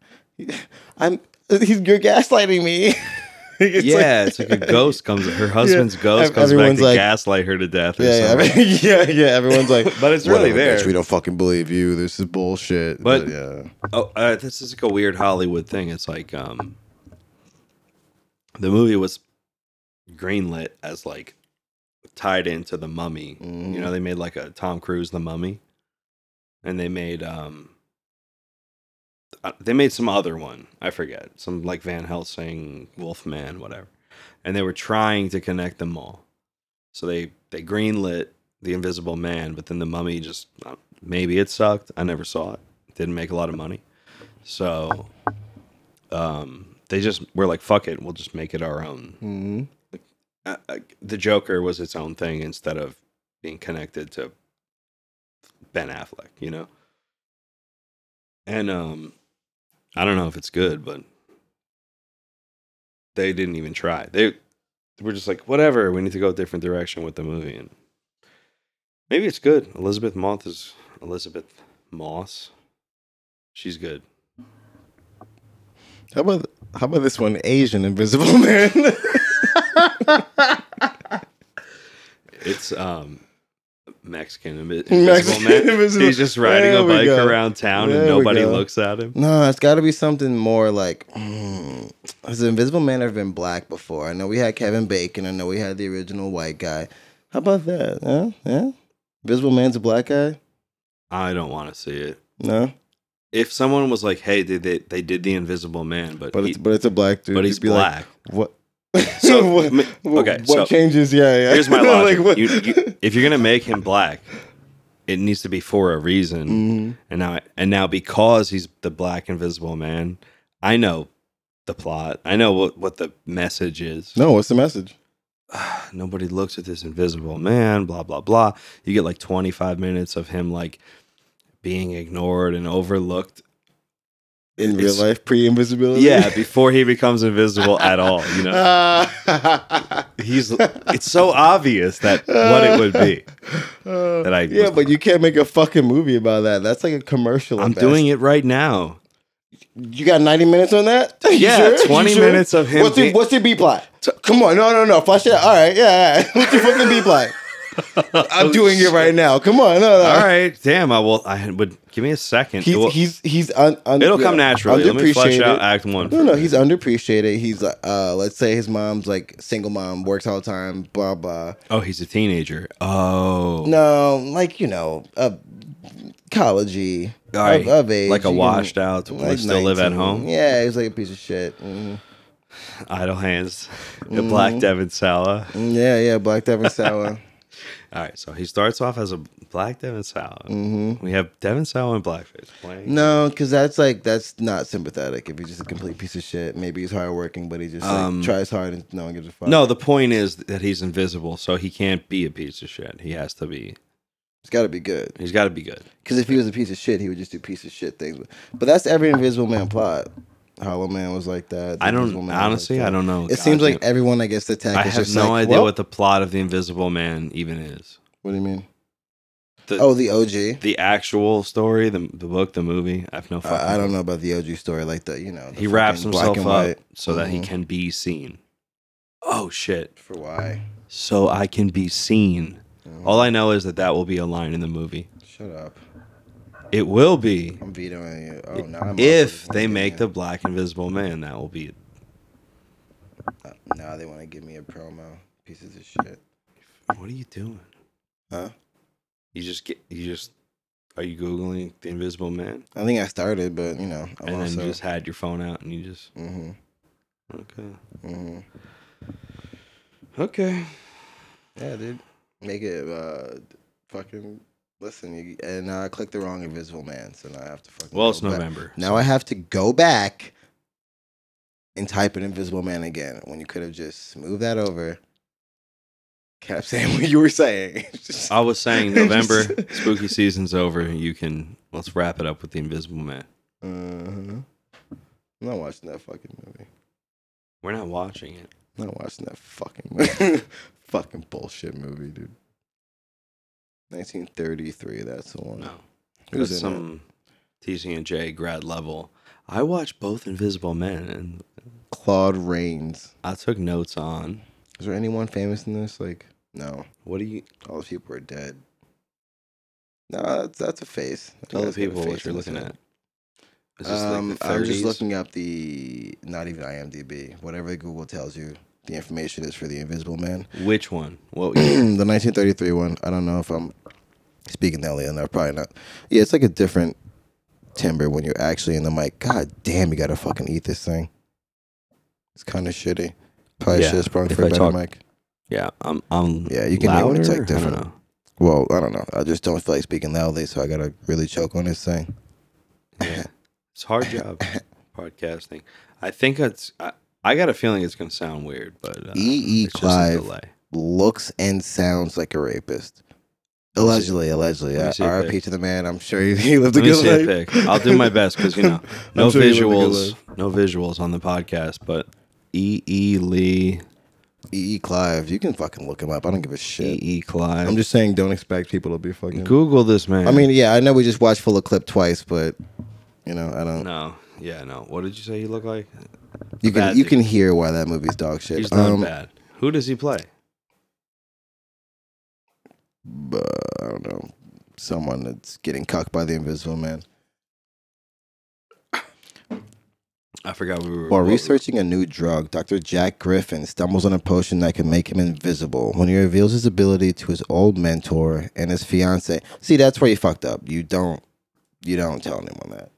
[SPEAKER 3] I'm. He's, you're gaslighting me. It's
[SPEAKER 4] yeah, it's like a ghost comes. Her husband's
[SPEAKER 3] Yeah,
[SPEAKER 4] ghost
[SPEAKER 3] ev-
[SPEAKER 4] comes back
[SPEAKER 3] everyone's
[SPEAKER 4] to
[SPEAKER 3] like-
[SPEAKER 4] gaslight her to death. Or
[SPEAKER 3] Yeah, yeah, I
[SPEAKER 4] something.
[SPEAKER 3] mean, yeah, yeah. Everyone's like,
[SPEAKER 4] But it's really
[SPEAKER 3] "Whatever, bitch,
[SPEAKER 4] there.
[SPEAKER 3] we don't fucking believe you. This is bullshit.
[SPEAKER 4] But-
[SPEAKER 3] But, yeah,
[SPEAKER 4] Oh, uh, this is like a weird Hollywood thing. It's like um, the movie was greenlit as like tied into the Mummy. You know, they made like a Tom Cruise the Mummy, and they made um, uh, they made some other one. I forget some like Van Helsing, Wolfman, whatever. And they were trying to connect them all, so they they greenlit the Invisible Man, but then the Mummy just uh, maybe it sucked. I never saw it didn't make a lot of money. So um, they just were like, fuck it, we'll just make it our own.
[SPEAKER 3] hmm
[SPEAKER 4] Uh, uh, the Joker was its own thing instead of being connected to Ben Affleck, you know? And um, I don't know if it's good, but they didn't even try. They were just like, whatever, we need to go a different direction with the movie. And maybe it's good. Elizabeth Moth is Elizabeth Moss. She's good.
[SPEAKER 3] how about how about this one? Asian Invisible Man.
[SPEAKER 4] It's um Mexican invi- invisible
[SPEAKER 3] Mexican
[SPEAKER 4] man.
[SPEAKER 3] invisible-
[SPEAKER 4] He's just riding
[SPEAKER 3] There
[SPEAKER 4] a
[SPEAKER 3] we
[SPEAKER 4] bike
[SPEAKER 3] go.
[SPEAKER 4] around town
[SPEAKER 3] There
[SPEAKER 4] and
[SPEAKER 3] we
[SPEAKER 4] nobody
[SPEAKER 3] go.
[SPEAKER 4] looks at him.
[SPEAKER 3] no, it's got to be something more like. mm, has the Invisible Man ever been black before? I know we had Kevin Bacon. I know we had the original white guy. How about that? Huh? Yeah. Invisible Man's a black guy.
[SPEAKER 4] I don't want to see it.
[SPEAKER 3] No,
[SPEAKER 4] If someone was like, "Hey, they they, they did the Invisible Man," but
[SPEAKER 3] but
[SPEAKER 4] he-
[SPEAKER 3] it's but it's a black dude.
[SPEAKER 4] but
[SPEAKER 3] You'd
[SPEAKER 4] he's
[SPEAKER 3] be like,
[SPEAKER 4] black.
[SPEAKER 3] what?
[SPEAKER 4] So,
[SPEAKER 3] what,
[SPEAKER 4] m-
[SPEAKER 3] what-
[SPEAKER 4] okay,
[SPEAKER 3] What
[SPEAKER 4] so-
[SPEAKER 3] changes? Yeah, yeah.
[SPEAKER 4] Here's my
[SPEAKER 3] Like,
[SPEAKER 4] logic:
[SPEAKER 3] what-
[SPEAKER 4] You- you- if you're gonna make him black, it needs to be for a reason.
[SPEAKER 3] Mhm.
[SPEAKER 4] And now and now because he's the Black Invisible Man, I know the plot. I know what what the message is.
[SPEAKER 3] No, what's the message?
[SPEAKER 4] nobody looks at this invisible man, blah, blah, blah. You get like 25 minutes of him like being ignored and overlooked.
[SPEAKER 3] In real
[SPEAKER 4] It's-
[SPEAKER 3] life, pre invisibility.
[SPEAKER 4] Yeah, before he becomes invisible at all. You know,
[SPEAKER 3] Ah.
[SPEAKER 4] he's it's so obvious that what it would be. That I
[SPEAKER 3] yeah, but you can't make a fucking movie about that. That's like a commercial.
[SPEAKER 4] I'm doing it right now.
[SPEAKER 3] You got 90 minutes on that? You
[SPEAKER 4] Yeah,
[SPEAKER 3] You
[SPEAKER 4] 20 minutes of him
[SPEAKER 3] What's the,
[SPEAKER 4] being-
[SPEAKER 3] what's the B plot? Come on, no, no, no, flush it. out. All right, yeah. yeah. What's the fucking B plot? I'm doing it right now. Come on, no, no.
[SPEAKER 4] All right, damn. I will. I would give me a second.
[SPEAKER 3] Uh-huh. He's
[SPEAKER 4] it will,
[SPEAKER 3] he's he's un, un,
[SPEAKER 4] it'll come
[SPEAKER 3] yeah,
[SPEAKER 4] naturally. Let me flesh
[SPEAKER 3] underappreciated.
[SPEAKER 4] out Act One.
[SPEAKER 3] No, no, he's underappreciated. He's uh, uh, let's say his mom's like single mom, works all the time, blah blah.
[SPEAKER 4] oh, he's a teenager. Oh,
[SPEAKER 3] No, like you know, a collegey
[SPEAKER 4] All right,
[SPEAKER 3] of, of age,
[SPEAKER 4] like a
[SPEAKER 3] you can-
[SPEAKER 4] washed out, we still live at home?
[SPEAKER 3] Yeah, he's like a piece of shit. Mhm. Mm-hmm.
[SPEAKER 4] Idle Hands, the Black Devin Sawa.
[SPEAKER 3] Yeah, yeah, black devil sour.
[SPEAKER 4] All right, so he starts off as a black Devin Sawa.
[SPEAKER 3] Mm-hmm.
[SPEAKER 4] We have Devin Sawa and blackface playing.
[SPEAKER 3] No, because that's like that's not sympathetic. If he's just a complete piece of shit, maybe he's hardworking, but he just like,
[SPEAKER 4] Um,
[SPEAKER 3] tries hard and no one gives a fuck.
[SPEAKER 4] No, the point is that he's invisible, so he can't be a piece of shit. He has to be.
[SPEAKER 3] it's got to be good.
[SPEAKER 4] He's got to be good.
[SPEAKER 3] Because if he was a piece of shit, he would just do piece of shit things. But that's every Invisible Man plot. Hollow Man was like that. The
[SPEAKER 4] I don't
[SPEAKER 3] Invisible Man was like
[SPEAKER 4] honestly. I
[SPEAKER 3] that.
[SPEAKER 4] don't know.
[SPEAKER 3] It seems like
[SPEAKER 4] Goddamn.
[SPEAKER 3] everyone that gets attacked.
[SPEAKER 4] I
[SPEAKER 3] is
[SPEAKER 4] have
[SPEAKER 3] just
[SPEAKER 4] no
[SPEAKER 3] like,
[SPEAKER 4] idea
[SPEAKER 3] "Well,
[SPEAKER 4] what the plot of the Invisible Man even is.
[SPEAKER 3] What do you mean?
[SPEAKER 4] The,
[SPEAKER 3] Oh, the OG.
[SPEAKER 4] the actual story, the the book, the movie. I have no. Fucking
[SPEAKER 3] I, I don't know about the OG story. Like the you know. The
[SPEAKER 4] He wraps
[SPEAKER 3] fucking black
[SPEAKER 4] himself
[SPEAKER 3] and
[SPEAKER 4] up
[SPEAKER 3] white.
[SPEAKER 4] so that he
[SPEAKER 3] Mhm.
[SPEAKER 4] can be seen. Oh shit!
[SPEAKER 3] For why?
[SPEAKER 4] So I can be seen.
[SPEAKER 3] Mhm.
[SPEAKER 4] All I know is that that will be a line in the movie.
[SPEAKER 3] Shut up.
[SPEAKER 4] It will be.
[SPEAKER 3] I'm vetoing you. Oh no. I'm
[SPEAKER 4] If
[SPEAKER 3] awesome.
[SPEAKER 4] they
[SPEAKER 3] I'm
[SPEAKER 4] make the
[SPEAKER 3] getting
[SPEAKER 4] black invisible man, that will be it.
[SPEAKER 3] it. Now Uh, they want to give me a promo. Pieces of shit.
[SPEAKER 4] What are you doing?
[SPEAKER 3] Huh?
[SPEAKER 4] You just get. You just. Are you googling the invisible man?
[SPEAKER 3] I think I started, but you know, I'm
[SPEAKER 4] and then
[SPEAKER 3] also.
[SPEAKER 4] you just had your phone out and you just
[SPEAKER 3] hmm
[SPEAKER 4] okay.
[SPEAKER 3] hmm
[SPEAKER 4] Okay.
[SPEAKER 3] Yeah, dude. Make it uh fucking listen you, and uh, I clicked the wrong invisible man, so now I have to fucking
[SPEAKER 4] Well,
[SPEAKER 3] go
[SPEAKER 4] it's
[SPEAKER 3] back.
[SPEAKER 4] November.
[SPEAKER 3] Now I have to go back and type in invisible man again when you could have just moved that over. Kept saying what you were saying. Just-
[SPEAKER 4] I was saying November spooky season's over. You can let's wrap it up with the invisible man.
[SPEAKER 3] Mhm. I'm not watching that fucking movie.
[SPEAKER 4] We're not watching it.
[SPEAKER 3] I'm not watching that fucking movie. fucking bullshit movie, dude. 1933, that's the one.
[SPEAKER 4] No.
[SPEAKER 3] Who's
[SPEAKER 4] That's
[SPEAKER 3] in it?
[SPEAKER 4] Oh, some TC and J grad level. I watched both Invisible Men and
[SPEAKER 3] Claude Rains.
[SPEAKER 4] I took notes on
[SPEAKER 3] Is there anyone famous in this? Like, no.
[SPEAKER 4] what do you
[SPEAKER 3] All the people are dead. No, that's that's a face. That
[SPEAKER 4] tell the
[SPEAKER 3] guy's got a
[SPEAKER 4] people what
[SPEAKER 3] face
[SPEAKER 4] you're
[SPEAKER 3] in his
[SPEAKER 4] looking
[SPEAKER 3] head.
[SPEAKER 4] at? Is this
[SPEAKER 3] Um,
[SPEAKER 4] like the 30s?
[SPEAKER 3] I'm just looking up the not even IMDb. Whatever Google tells you, the information is for the Invisible Man.
[SPEAKER 4] Which one? What
[SPEAKER 3] the 1933 one. I don't know if I'm speaking that late enough. Probably not. Yeah, it's like a different timbre when you're actually in the mic. God damn, you gotta fucking eat this thing. It's kind of shitty. Probably
[SPEAKER 4] Yeah,
[SPEAKER 3] should have sprung
[SPEAKER 4] if
[SPEAKER 3] for a
[SPEAKER 4] I
[SPEAKER 3] better
[SPEAKER 4] talk-
[SPEAKER 3] mic.
[SPEAKER 4] Yeah, I'm I'm
[SPEAKER 3] Yeah, you can make one
[SPEAKER 4] louder?
[SPEAKER 3] take
[SPEAKER 4] I don't
[SPEAKER 3] different.
[SPEAKER 4] know.
[SPEAKER 3] Well, I don't know. I just don't feel like speaking loudly, so I gotta really choke on this thing.
[SPEAKER 4] Yeah. It's a hard job podcasting. I think it's I, I got a feeling it's going to sound weird, but uh,
[SPEAKER 3] E.E.
[SPEAKER 4] it's just a
[SPEAKER 3] E Clive.
[SPEAKER 4] delay.
[SPEAKER 3] Looks and sounds like a rapist. Allegedly, allegedly.
[SPEAKER 4] Let me
[SPEAKER 3] Uh,
[SPEAKER 4] see a
[SPEAKER 3] R.I.P.
[SPEAKER 4] pic.
[SPEAKER 3] to the man. I'm sure he, he lived a
[SPEAKER 4] Let me
[SPEAKER 3] good
[SPEAKER 4] see a
[SPEAKER 3] life.
[SPEAKER 4] pic. I'll do my best cuz you know, no
[SPEAKER 3] I'm sure you live a good
[SPEAKER 4] visuals, no visuals on the podcast, but E.E. Lee, E
[SPEAKER 3] E.E. E Clive, you can fucking look him up. I don't give a shit.
[SPEAKER 4] E.E. E Clive.
[SPEAKER 3] I'm just saying, don't expect people to be fucking.
[SPEAKER 4] Google this man.
[SPEAKER 3] I mean, yeah, I know we just watched full of clip twice, but you know, I don't.
[SPEAKER 4] no. Yeah, no. What did you say he looked like?
[SPEAKER 3] you can
[SPEAKER 4] bad
[SPEAKER 3] you
[SPEAKER 4] dude.
[SPEAKER 3] can hear why that movie's dog shit. Um,
[SPEAKER 4] He's not bad. Who does he play?
[SPEAKER 3] but I don't know, someone that's getting cucked by the Invisible Man.
[SPEAKER 4] I forgot we were
[SPEAKER 3] While
[SPEAKER 4] what-
[SPEAKER 3] researching a new drug, Dr. Jack Griffin stumbles on a potion that can make him invisible when he reveals his ability to his old mentor and his fiance. See, that's where you fucked up. You don't you don't tell anyone that.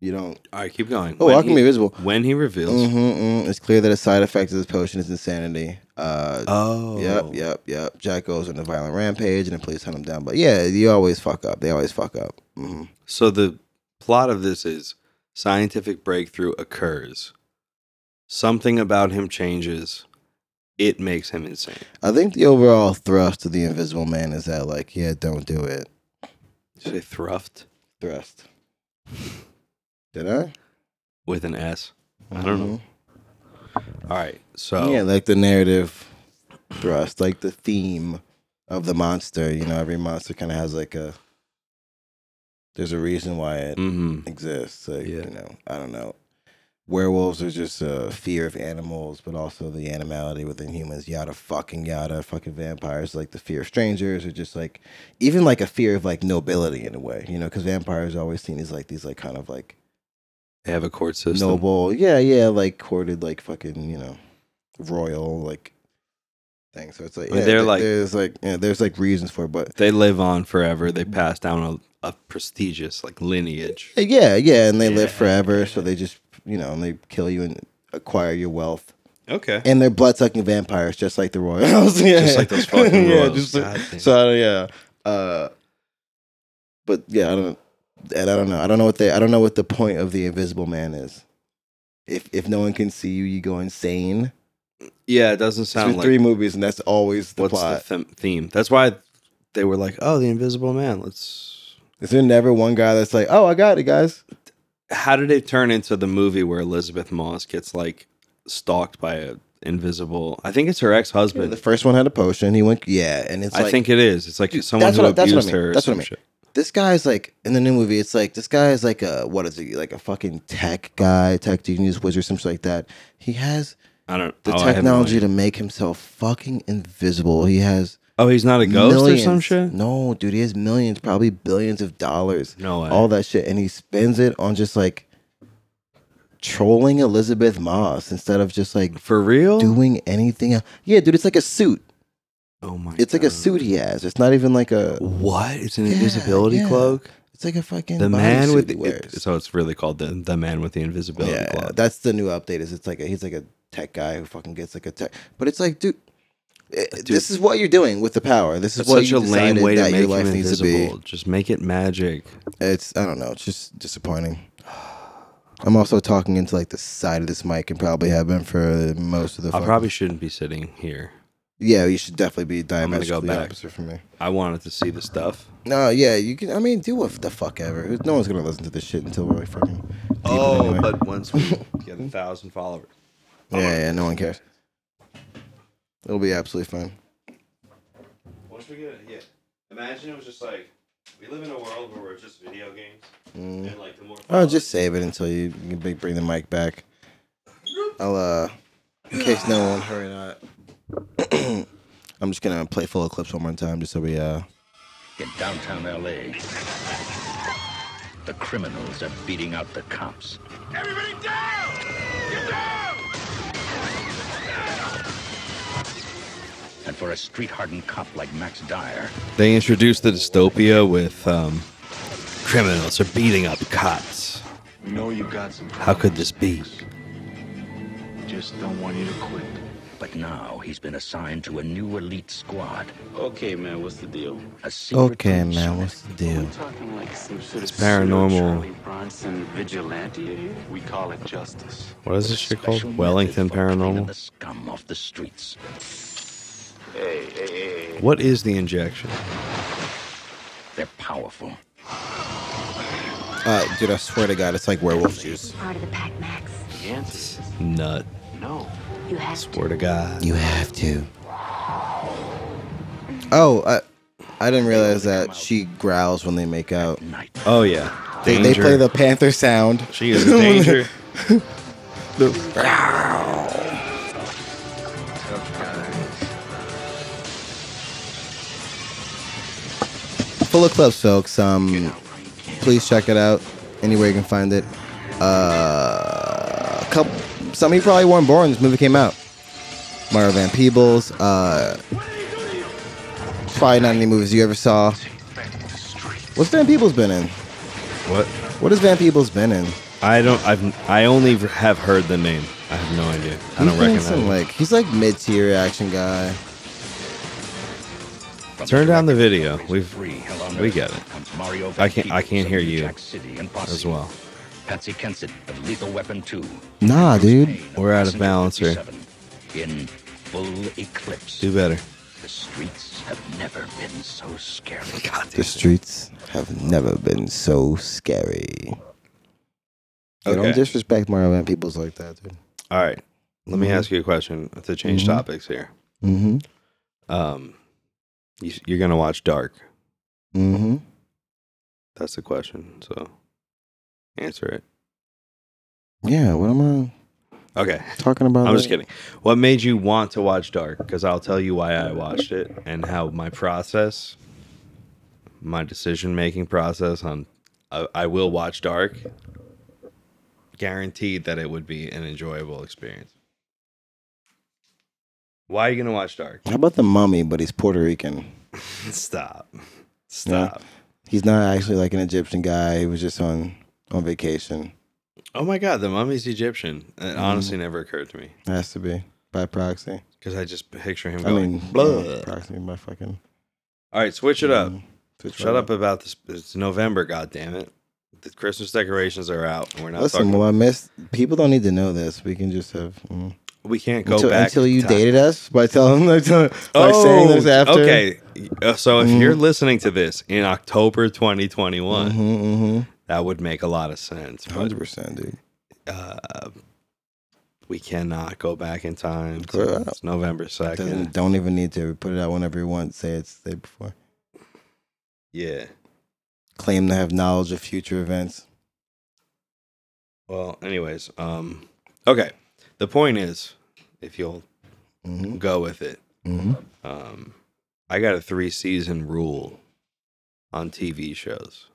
[SPEAKER 3] You don't
[SPEAKER 4] All right, keep going.
[SPEAKER 3] Oh,
[SPEAKER 4] When
[SPEAKER 3] I can
[SPEAKER 4] he-
[SPEAKER 3] be invisible.
[SPEAKER 4] When he reveals.
[SPEAKER 3] hmm it's clear that a side effect of this potion is insanity. Uh
[SPEAKER 4] Oh.
[SPEAKER 3] Yep, yep, yep. Jack goes on a violent rampage and the police hunt him down. But yeah, you always fuck up. They always fuck up. hmm
[SPEAKER 4] So the plot of this is scientific breakthrough occurs. Something about him changes. It makes him insane.
[SPEAKER 3] I think the overall thrust of the Invisible Man is that like, yeah, don't do it.
[SPEAKER 4] Did you say thruft
[SPEAKER 3] Thrust. Did I? Mm-hmm.
[SPEAKER 4] with an S? I don't know. All right. So
[SPEAKER 3] Yeah, like the narrative thrust, like the theme of the monster. You know, every monster kind of has like a. There's a reason why it
[SPEAKER 4] Mhm.
[SPEAKER 3] exists. Like,
[SPEAKER 4] Yeah.
[SPEAKER 3] you know, I don't know. Werewolves are just a fear of animals, but also the animality within humans. Yada fucking yada. Fucking vampires like the fear of strangers, or just like even like a fear of like nobility in a way. You know, because vampires are always seen as like these like kind of like
[SPEAKER 4] they have a court system.
[SPEAKER 3] noble. Yeah, yeah, like courted, like fucking, you know, royal, like thing. So it's like,
[SPEAKER 4] Or
[SPEAKER 3] yeah,
[SPEAKER 4] they're
[SPEAKER 3] th-
[SPEAKER 4] like-
[SPEAKER 3] there's like, yeah, there's like reasons for it, but
[SPEAKER 4] They live on forever. They pass down a, a prestigious like lineage.
[SPEAKER 3] yeah, yeah, and they live
[SPEAKER 4] Yeah.
[SPEAKER 3] forever, so they just, you know, and they kill you and acquire your wealth.
[SPEAKER 4] Okay.
[SPEAKER 3] and they're blood sucking vampires, just like the Royals. yeah.
[SPEAKER 4] Just like those fucking
[SPEAKER 3] yeah,
[SPEAKER 4] Royals.
[SPEAKER 3] just
[SPEAKER 4] God damn.
[SPEAKER 3] so I don't, yeah. Uh, but yeah, I don't, and I don't know. I don't know what they. I don't know what the point of the Invisible Man is. If if no one can see you, you go insane.
[SPEAKER 4] yeah, it doesn't
[SPEAKER 3] It's been
[SPEAKER 4] sound like
[SPEAKER 3] three movies, and that's always the
[SPEAKER 4] what's
[SPEAKER 3] plot.
[SPEAKER 4] the them- theme. That's why they were like, "Oh, the Invisible Man." Let's.
[SPEAKER 3] is there never one guy that's like, "Oh, I got it, guys"?
[SPEAKER 4] How did it turn into the movie where Elizabeth Moss gets like stalked by a invisible? I think it's her ex
[SPEAKER 3] But the
[SPEAKER 4] husband.
[SPEAKER 3] first one had a potion. He went, yeah, and it's.
[SPEAKER 4] I
[SPEAKER 3] like,
[SPEAKER 4] think it is. It's like
[SPEAKER 3] Dude,
[SPEAKER 4] someone
[SPEAKER 3] that's
[SPEAKER 4] who
[SPEAKER 3] what I- that's
[SPEAKER 4] abused
[SPEAKER 3] what I mean.
[SPEAKER 4] her. Or
[SPEAKER 3] That's what I
[SPEAKER 4] some
[SPEAKER 3] mean.
[SPEAKER 4] shit.
[SPEAKER 3] this guy's like in the new movie. It's like this guy is like a what is he like a fucking tech guy, tech genius wizard, some shit like that. He has
[SPEAKER 4] I don't.
[SPEAKER 3] the
[SPEAKER 4] oh, I have no
[SPEAKER 3] technology
[SPEAKER 4] idea.
[SPEAKER 3] to make himself fucking invisible. He has
[SPEAKER 4] oh, he's not a ghost
[SPEAKER 3] millions.
[SPEAKER 4] or some shit.
[SPEAKER 3] No, dude, he has millions, probably billions of dollars.
[SPEAKER 4] No way.
[SPEAKER 3] all that shit, and he spends it on just like trolling Elizabeth Moss instead of just like
[SPEAKER 4] For real?
[SPEAKER 3] doing anything. Else. Yeah, dude, it's like a suit.
[SPEAKER 4] oh my!
[SPEAKER 3] It's like a
[SPEAKER 4] God.
[SPEAKER 3] suit he has. It's not even like a.
[SPEAKER 4] What? It's an
[SPEAKER 3] Yeah,
[SPEAKER 4] invisibility
[SPEAKER 3] yeah.
[SPEAKER 4] cloak.
[SPEAKER 3] It's like a fucking
[SPEAKER 4] The man with
[SPEAKER 3] the
[SPEAKER 4] the so it's really called the the man with the invisibility
[SPEAKER 3] yeah,
[SPEAKER 4] cloak.
[SPEAKER 3] that's the new update. Is it's like a, he's like a tech guy who fucking gets like a tech, but it's like, dude, eh, this is what you're doing with the power. This is
[SPEAKER 4] That's
[SPEAKER 3] what
[SPEAKER 4] such
[SPEAKER 3] you
[SPEAKER 4] a lame way to
[SPEAKER 3] that
[SPEAKER 4] make
[SPEAKER 3] your
[SPEAKER 4] him
[SPEAKER 3] life needs to be.
[SPEAKER 4] invisible. Just make it magic.
[SPEAKER 3] It's I don't know. It's just disappointing. I'm also talking into like the side of this mic and probably have been for most of the.
[SPEAKER 4] I
[SPEAKER 3] fucking-
[SPEAKER 4] probably shouldn't be sitting here.
[SPEAKER 3] yeah, you should definitely be
[SPEAKER 4] gonna go
[SPEAKER 3] diametrically
[SPEAKER 4] back.
[SPEAKER 3] opposite for me.
[SPEAKER 4] I wanted to see the stuff.
[SPEAKER 3] No, yeah, you can. I mean, do what the fuck ever. No one's gonna listen to this shit until we're like fucking. deep in it anyway.
[SPEAKER 4] Oh, once we get a thousand followers,
[SPEAKER 3] yeah, yeah, no one cares. It'll be absolutely fine.
[SPEAKER 4] once we get it, yeah. Imagine it was just like we live in a world where we're just video games, and like the more.
[SPEAKER 3] Oh, just save it until you you can bring the mic back. I'll uh, in case no one heard that. I'm just gonna play full of clips one more time, just so we uh.
[SPEAKER 5] in downtown LA. The criminals are beating out the cops.
[SPEAKER 2] Everybody down! Get down!
[SPEAKER 5] And for a street hardened cop like Max Dyer,
[SPEAKER 4] They introduced the dystopia with um, criminals are beating up cops.
[SPEAKER 1] We know you got some.
[SPEAKER 4] How could this be?
[SPEAKER 1] Just don't want you to quit.
[SPEAKER 5] but now he's been assigned to a new elite squad.
[SPEAKER 6] Okay, man, what's the deal?
[SPEAKER 5] A secret
[SPEAKER 3] Okay,
[SPEAKER 5] police
[SPEAKER 3] man, what's the
[SPEAKER 6] We're
[SPEAKER 3] deal?
[SPEAKER 6] talking like some sort
[SPEAKER 4] It's
[SPEAKER 6] of
[SPEAKER 4] paranormal.
[SPEAKER 6] Charlie Bronson vigilante here. We call it justice.
[SPEAKER 4] What is this shit
[SPEAKER 5] special
[SPEAKER 4] called? Wellington
[SPEAKER 5] method for cleaning
[SPEAKER 4] Paranormal.
[SPEAKER 5] The scum off the streets.
[SPEAKER 4] What is the injection?
[SPEAKER 5] They're powerful.
[SPEAKER 3] Uh, dude, I swear to God, it's like werewolf juice.
[SPEAKER 7] Part of the pack, Max.
[SPEAKER 6] The answer is
[SPEAKER 4] Nut.
[SPEAKER 6] no.
[SPEAKER 7] You have
[SPEAKER 4] Swear to God.
[SPEAKER 3] You have to. Oh, I, I didn't realize that she growls when they make out.
[SPEAKER 5] Night.
[SPEAKER 4] Oh yeah.
[SPEAKER 3] They, they play the panther sound.
[SPEAKER 4] She is in danger.
[SPEAKER 3] Full of clips, folks. Um, please check it out anywhere you can find it. Uh, a couple, some of you probably weren't born. when This movie came out. Mario Van Peebles. Uh, probably not any movies you ever saw. What's Van Peebles been in?
[SPEAKER 4] what?
[SPEAKER 3] What has Van Peebles been in?
[SPEAKER 4] I don't. I've. I only have heard the name. I have no idea. I
[SPEAKER 3] He's
[SPEAKER 4] don't
[SPEAKER 3] been in
[SPEAKER 4] recognize.
[SPEAKER 3] some,
[SPEAKER 4] it.
[SPEAKER 3] like he's like mid-tier action guy.
[SPEAKER 4] Turn down the video. We've.
[SPEAKER 5] Free, hell on
[SPEAKER 4] We
[SPEAKER 5] Earth
[SPEAKER 4] get it.
[SPEAKER 5] comes Mario
[SPEAKER 4] I can't- I
[SPEAKER 5] Van Peebles
[SPEAKER 4] can't
[SPEAKER 5] of
[SPEAKER 4] hear
[SPEAKER 5] New
[SPEAKER 4] you
[SPEAKER 5] Jack City and Posse.
[SPEAKER 4] as well.
[SPEAKER 5] Patsy Kensit of Lethal Weapon 2.
[SPEAKER 3] Nah, dude.
[SPEAKER 4] We're out of balance here.
[SPEAKER 5] In full eclipse.
[SPEAKER 4] Do better.
[SPEAKER 5] The streets have never been so scary.
[SPEAKER 3] The streets have never been so scary. Yeah,
[SPEAKER 4] Okay.
[SPEAKER 3] Don't disrespect Mario Van Peebles like that, dude.
[SPEAKER 4] All right. Let
[SPEAKER 3] Mm-hmm.
[SPEAKER 4] me ask you a question to change
[SPEAKER 3] Mhm.
[SPEAKER 4] topics here.
[SPEAKER 3] Mm-hmm.
[SPEAKER 4] Um, you, you're gonna watch Dark.
[SPEAKER 3] Mm-hmm.
[SPEAKER 4] That's the question. So, answer it.
[SPEAKER 3] Yeah, what am
[SPEAKER 4] Okay.
[SPEAKER 3] I talking about?
[SPEAKER 4] I'm just
[SPEAKER 3] there?
[SPEAKER 4] kidding. What made you want to watch Dark? Because I'll tell you why I watched it and how my process, my decision making process on, I, I will watch Dark. Guaranteed that it would be an enjoyable experience. Why are you gonna watch Dark?
[SPEAKER 3] How about the mummy, but he's Puerto Rican?
[SPEAKER 4] Stop. Stop.
[SPEAKER 3] He's not actually like an Egyptian guy. He was just on on vacation. Mm-hmm.
[SPEAKER 4] Oh my god, the mummy's Egyptian. It honestly never occurred to me.
[SPEAKER 3] Has to be. by proxy.
[SPEAKER 4] Because I just picture him
[SPEAKER 3] I
[SPEAKER 4] going,
[SPEAKER 3] mean,
[SPEAKER 4] "Blah."
[SPEAKER 3] uh, proxy by fucking.
[SPEAKER 4] All right, switch it up.
[SPEAKER 3] um, Twitch
[SPEAKER 4] Shut
[SPEAKER 3] whatever.
[SPEAKER 4] up about this. It's November, God damn it. The Christmas decorations are out. and We're not
[SPEAKER 3] Listen,
[SPEAKER 4] talking.
[SPEAKER 3] well, I missed. People don't need to know this. We can just have mm.
[SPEAKER 4] We can't go
[SPEAKER 3] until,
[SPEAKER 4] back
[SPEAKER 3] until you
[SPEAKER 4] in time. Oh,
[SPEAKER 3] dated us by telling by saying this after.
[SPEAKER 4] Okay, Uh, so if
[SPEAKER 3] Mhm.
[SPEAKER 4] you're listening to this in October 2021,
[SPEAKER 3] Mm-hmm,
[SPEAKER 4] that would make a lot of sense.
[SPEAKER 3] mm-hmm.
[SPEAKER 4] But
[SPEAKER 3] 100%, dude.
[SPEAKER 4] uh, we cannot go back in time.
[SPEAKER 3] Clear it
[SPEAKER 4] It's November
[SPEAKER 3] Doesn't,
[SPEAKER 4] 2nd.
[SPEAKER 3] Don't even need to put it out whenever you want. Say it's the day before.
[SPEAKER 4] Yeah.
[SPEAKER 3] Claim to have knowledge of future events.
[SPEAKER 4] Well, anyways, um, okay. The point is, if you'll
[SPEAKER 3] Mm-hmm.
[SPEAKER 4] go with it,
[SPEAKER 3] Mm-hmm.
[SPEAKER 4] um, I got a three season rule on TV shows.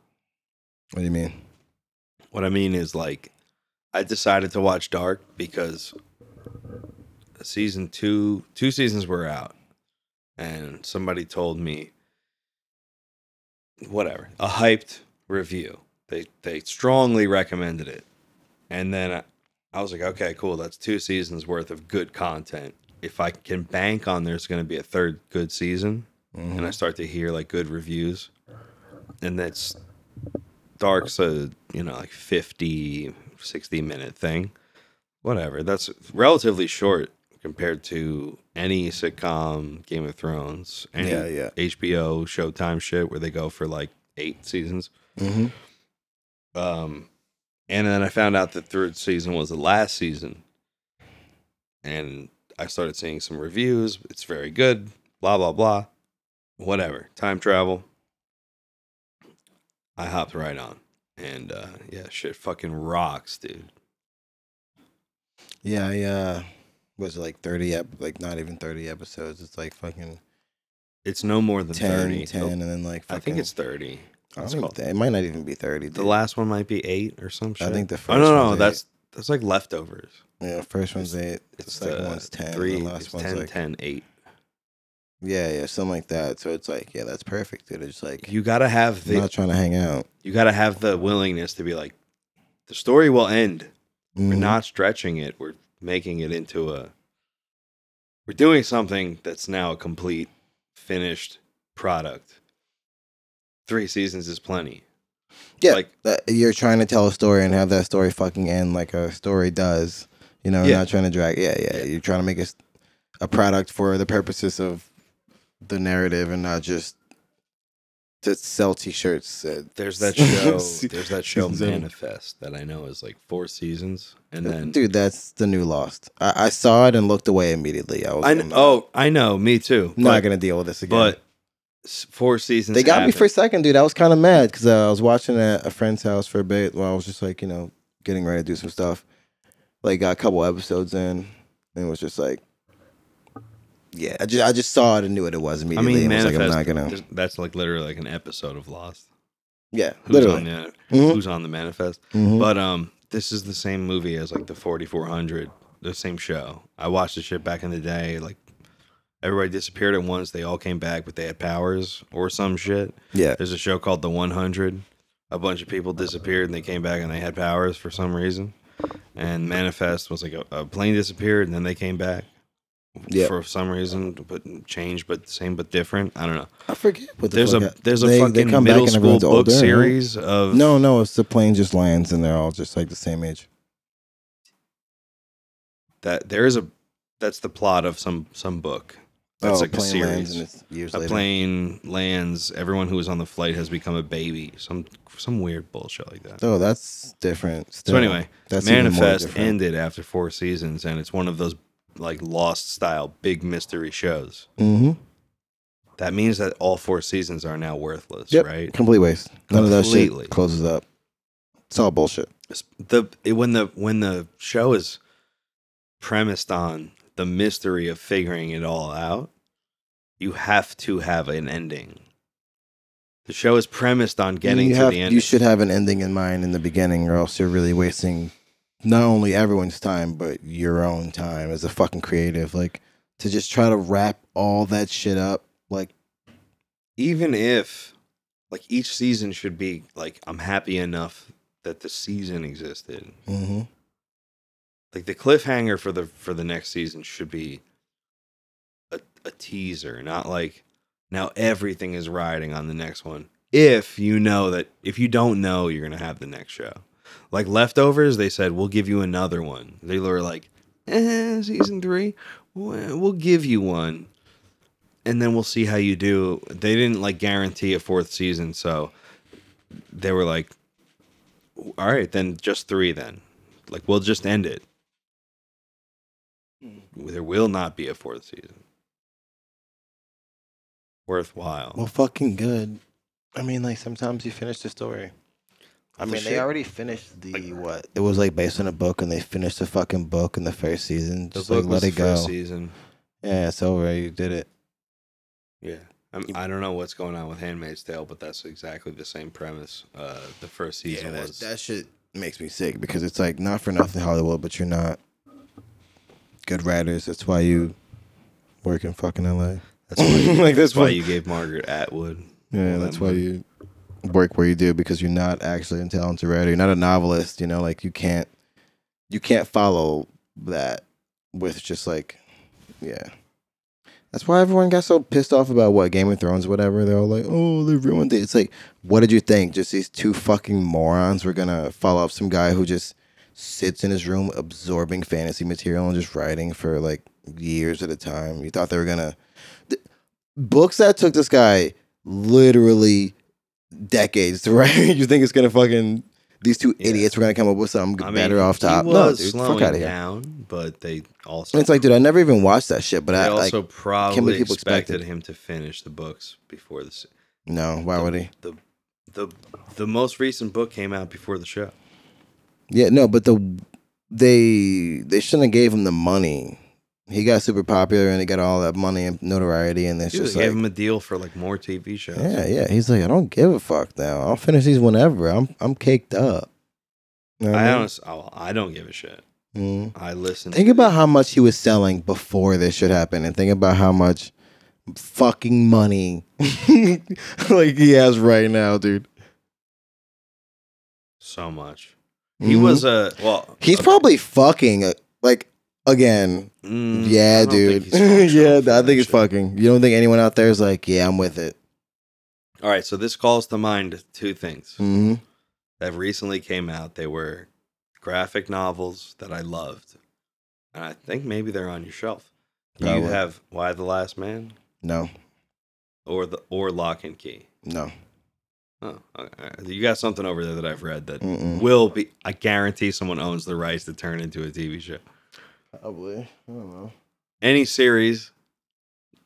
[SPEAKER 3] What do you mean?
[SPEAKER 4] What I mean is, like, I decided to watch Dark because season two, two seasons were out, and somebody told me, whatever, a hyped review. They they strongly recommended it, and then I, I was like, okay, cool, that's two seasons worth of good content. If I can bank on there's going to be a third good season, and I start to hear like good reviews, and that's Dark's a you know like 50, 60 minute thing, whatever. That's relatively short compared to any sitcom, Game of Thrones, any
[SPEAKER 3] Yeah, yeah.
[SPEAKER 4] HBO, Showtime shit where they go for like eight seasons.
[SPEAKER 3] Mm-hmm.
[SPEAKER 4] Um, and then I found out the third season was the last season, and I started seeing some reviews. It's very good. Blah blah blah. Whatever. Time travel. I hopped right on, and uh, yeah, shit fucking rocks, dude.
[SPEAKER 3] Yeah, I uh, was it like 30, ep- like not even 30 episodes. It's like fucking
[SPEAKER 4] It's no more than
[SPEAKER 3] 10,
[SPEAKER 4] thirty.
[SPEAKER 3] 10,
[SPEAKER 4] Nope.
[SPEAKER 3] and then like
[SPEAKER 4] I
[SPEAKER 3] fucking,
[SPEAKER 4] think it's thirty.
[SPEAKER 3] I
[SPEAKER 4] It's
[SPEAKER 3] don't even
[SPEAKER 4] called-
[SPEAKER 3] thi- it might not even be 30.
[SPEAKER 4] The
[SPEAKER 3] dude.
[SPEAKER 4] last one might be eight or some shit.
[SPEAKER 3] think the
[SPEAKER 4] Oh
[SPEAKER 3] first
[SPEAKER 4] no, no,
[SPEAKER 3] one's
[SPEAKER 4] that's that's like leftovers.
[SPEAKER 3] Yeah, first one's eight. the
[SPEAKER 4] It's
[SPEAKER 3] second
[SPEAKER 4] uh,
[SPEAKER 3] one's 10.
[SPEAKER 4] Three.
[SPEAKER 3] the last
[SPEAKER 4] it's
[SPEAKER 3] one's
[SPEAKER 4] 10,
[SPEAKER 3] like
[SPEAKER 4] 10, 8.
[SPEAKER 3] Yeah, yeah, something like that. So it's like, yeah, that's perfect, dude. It's like
[SPEAKER 4] You gotta have
[SPEAKER 3] I'm
[SPEAKER 4] the
[SPEAKER 3] not trying to hang out.
[SPEAKER 4] you got to have the willingness to be like the story will end we're
[SPEAKER 3] Mhm.
[SPEAKER 4] not stretching it we're making it into a we're doing something that's now a complete finished product three seasons is plenty
[SPEAKER 3] yeah,
[SPEAKER 4] like-
[SPEAKER 3] like you're trying to tell a story and have that story fucking end like a story does. You know,
[SPEAKER 4] Yeah.
[SPEAKER 3] not trying to drag. Yeah, yeah, You're trying to make a s- a product for the purposes of the narrative and not just to sell t-shirts. Uh,
[SPEAKER 4] there's that show
[SPEAKER 3] Se-
[SPEAKER 4] there's that show
[SPEAKER 3] season seven.
[SPEAKER 4] manifest that i know is like four seasons and then
[SPEAKER 3] dude, that's the new Lost. I, I saw it and looked away immediately. I was.
[SPEAKER 4] i
[SPEAKER 3] I'm
[SPEAKER 4] kn-
[SPEAKER 3] not-
[SPEAKER 4] oh i know me too
[SPEAKER 3] I'm not
[SPEAKER 4] but,
[SPEAKER 3] gonna deal with this again.
[SPEAKER 4] but s- four seasons
[SPEAKER 3] They got me
[SPEAKER 4] happened.
[SPEAKER 3] for a second, dude. I was kind of mad because uh, I was watching at a friend's house for a bit while I was just like, you know, getting ready to do some stuff. Like got a couple episodes in, and was just like, yeah, I just I just saw it and knew what it was
[SPEAKER 4] i
[SPEAKER 3] immediately. and
[SPEAKER 4] mean
[SPEAKER 3] was
[SPEAKER 4] manifest,
[SPEAKER 3] like, I'm not gonna,
[SPEAKER 4] there's- that's like literally like an episode of lost
[SPEAKER 3] yeah,
[SPEAKER 4] who's on
[SPEAKER 3] literally.
[SPEAKER 4] the
[SPEAKER 3] Mhm.
[SPEAKER 4] who's on the manifest.
[SPEAKER 3] Mhm.
[SPEAKER 4] But um, this is the same movie as like the 4400, the same show. I watched the shit back in the day. Like everybody disappeared at once. They all came back, but they had powers or some shit.
[SPEAKER 3] Yeah,
[SPEAKER 4] There's a show called The 100. A bunch of people disappeared and they came back and they had powers for some reason. And Manifest was like a, a plane disappeared and then they came back
[SPEAKER 3] Yeah.
[SPEAKER 4] for some reason, but changed, but same but different. I don't know.
[SPEAKER 3] I forget what the
[SPEAKER 4] There's
[SPEAKER 3] fuck
[SPEAKER 4] a
[SPEAKER 3] hap-
[SPEAKER 4] there's a
[SPEAKER 3] they- they
[SPEAKER 4] fucking
[SPEAKER 3] come back
[SPEAKER 4] middle
[SPEAKER 3] and
[SPEAKER 4] school
[SPEAKER 3] everyone's
[SPEAKER 4] book
[SPEAKER 3] older, right?
[SPEAKER 4] series of
[SPEAKER 3] No, no, it's the plane just lands and they're all just like the same age.
[SPEAKER 4] that there is a that's the plot of some some book. That's
[SPEAKER 3] oh,
[SPEAKER 4] like a
[SPEAKER 3] plane lands and
[SPEAKER 4] series.
[SPEAKER 3] it's years
[SPEAKER 4] A
[SPEAKER 3] later.
[SPEAKER 4] plane lands. Everyone who was on the flight has become a baby. Some some weird bullshit like that.
[SPEAKER 3] Oh, that's different.
[SPEAKER 4] So
[SPEAKER 3] still.
[SPEAKER 4] anyway,
[SPEAKER 3] even more
[SPEAKER 4] Manifest
[SPEAKER 3] different.
[SPEAKER 4] ended after four seasons, and it's one of those like Lost style big mystery shows.
[SPEAKER 3] Mhm.
[SPEAKER 4] That means that all four seasons are now worthless,
[SPEAKER 3] Yep.
[SPEAKER 4] right?
[SPEAKER 3] Complete waste. None of that
[SPEAKER 4] Completely.
[SPEAKER 3] shit closes up. It's all bullshit.
[SPEAKER 4] It's- the it, when the when the show is premised on the mystery of figuring it all out, you have to have an ending. The show is premised on getting
[SPEAKER 3] you
[SPEAKER 4] to
[SPEAKER 3] have-
[SPEAKER 4] the end.
[SPEAKER 3] You should have an ending in mind in the beginning, or else you're really wasting not only everyone's time, but your own time as a fucking creative. Like to just try to wrap all that shit up. Like
[SPEAKER 4] even if like each season should
[SPEAKER 3] mm-hmm.
[SPEAKER 4] be like I'm happy enough that the season existed.
[SPEAKER 3] mhm.
[SPEAKER 4] like the cliffhanger for the for the next season should be a, a teaser, not like now everything is riding on the next one. If you know that, if you don't know, you're gonna have the next show. Like leftovers, they said we'll give you another one. They were like, eh, season three, we'll we'll give you one, and then we'll see how you do. They didn't like guarantee a fourth season, so they were like, all right, then just three. Then, like, we'll just end it. There will not be a fourth season. Worthwhile.
[SPEAKER 3] Well, fucking good. I mean, like sometimes you finish the story. I mean, they
[SPEAKER 4] shit.
[SPEAKER 3] already finished the what? It was like based on a book, and they finished the fucking book in the first season.
[SPEAKER 4] The
[SPEAKER 3] Just
[SPEAKER 4] book
[SPEAKER 3] like let
[SPEAKER 4] was the
[SPEAKER 3] it go.
[SPEAKER 4] first season.
[SPEAKER 3] Yeah, it's over. You did it.
[SPEAKER 4] Yeah. I'm, I don't know what's going on with Handmaid's Tale, but that's exactly the same premise. Uh, the first season was
[SPEAKER 3] shit makes me sick because it's like not for nothing Hollywood, but you're not good writers. That's why you work in fucking L.A.
[SPEAKER 4] that's why,
[SPEAKER 3] like that's
[SPEAKER 4] that's why
[SPEAKER 3] why
[SPEAKER 4] you gave Margaret Atwood.
[SPEAKER 3] Yeah,
[SPEAKER 4] all
[SPEAKER 3] that's
[SPEAKER 4] that
[SPEAKER 3] why
[SPEAKER 4] money.
[SPEAKER 3] you work where you do because you're not actually a talented writer. You're not a novelist. You know, like you can't you can't follow that with just like yeah. That's why everyone got so pissed off about what Game of Thrones, whatever. They're all like, "Oh, they ruined it." It's like, what did you think? Just these two fucking morons were gonna follow up some guy who just sits in his room absorbing fantasy material and just writing for like years at a time. You thought they were gonna Th- books that took this guy literally decades to write. you think it's gonna fucking these two
[SPEAKER 4] Yeah.
[SPEAKER 3] idiots were gonna come up with something
[SPEAKER 4] I mean,
[SPEAKER 3] better off top?
[SPEAKER 4] He
[SPEAKER 3] No,
[SPEAKER 4] was
[SPEAKER 3] dude,
[SPEAKER 4] slowing
[SPEAKER 3] fuck out of here.
[SPEAKER 4] down, but they also
[SPEAKER 3] And it's like, dude, I never even watched that shit, but
[SPEAKER 4] they
[SPEAKER 3] I like
[SPEAKER 4] also probably
[SPEAKER 3] people
[SPEAKER 4] expected
[SPEAKER 3] expected?
[SPEAKER 4] him to finish the books before the se-
[SPEAKER 3] no. Why would he?
[SPEAKER 4] the the the most recent book came out before the show.
[SPEAKER 3] Yeah, no, but the they they shouldn't have gave him the money. He got super popular and he got all that money and notoriety, and it's
[SPEAKER 4] Dude,
[SPEAKER 3] just
[SPEAKER 4] they gave
[SPEAKER 3] like,
[SPEAKER 4] him a deal for like more TV shows.
[SPEAKER 3] yeah, yeah. He's like, I don't give a fuck now. I'll finish these whenever. I'm I'm caked up. You know what
[SPEAKER 4] I
[SPEAKER 3] mean?
[SPEAKER 4] honest, I, I don't give a shit.
[SPEAKER 3] Mhm.
[SPEAKER 4] I listen.
[SPEAKER 3] Think
[SPEAKER 4] to-
[SPEAKER 3] about how much he was selling before this shit happened, and think about how much fucking money like he has right now, dude.
[SPEAKER 4] so much. He was a well.
[SPEAKER 3] Mm-hmm. He's
[SPEAKER 4] okay.
[SPEAKER 3] probably fucking uh, like again.
[SPEAKER 4] Mm, I
[SPEAKER 3] Yeah,
[SPEAKER 4] don't
[SPEAKER 3] dude.
[SPEAKER 4] think he's functional
[SPEAKER 3] yeah, I
[SPEAKER 4] for that
[SPEAKER 3] think it's
[SPEAKER 4] shit.
[SPEAKER 3] fucking. You don't think anyone out there is like, yeah, I'm with it.
[SPEAKER 4] All right, so this calls to mind two things
[SPEAKER 3] hmm
[SPEAKER 4] that recently came out. They were graphic novels that I loved, and I think maybe they're on your shelf. Do you
[SPEAKER 3] Probably.
[SPEAKER 4] have Why the Last Man
[SPEAKER 3] No,
[SPEAKER 4] or the or Lock and Key?
[SPEAKER 3] no.
[SPEAKER 4] Oh, okay. all right. you got something over there that I've read that
[SPEAKER 3] Mm-mm.
[SPEAKER 4] will be. I guarantee someone owns the rights to turn into a TV show.
[SPEAKER 3] Probably. I don't know.
[SPEAKER 4] Any series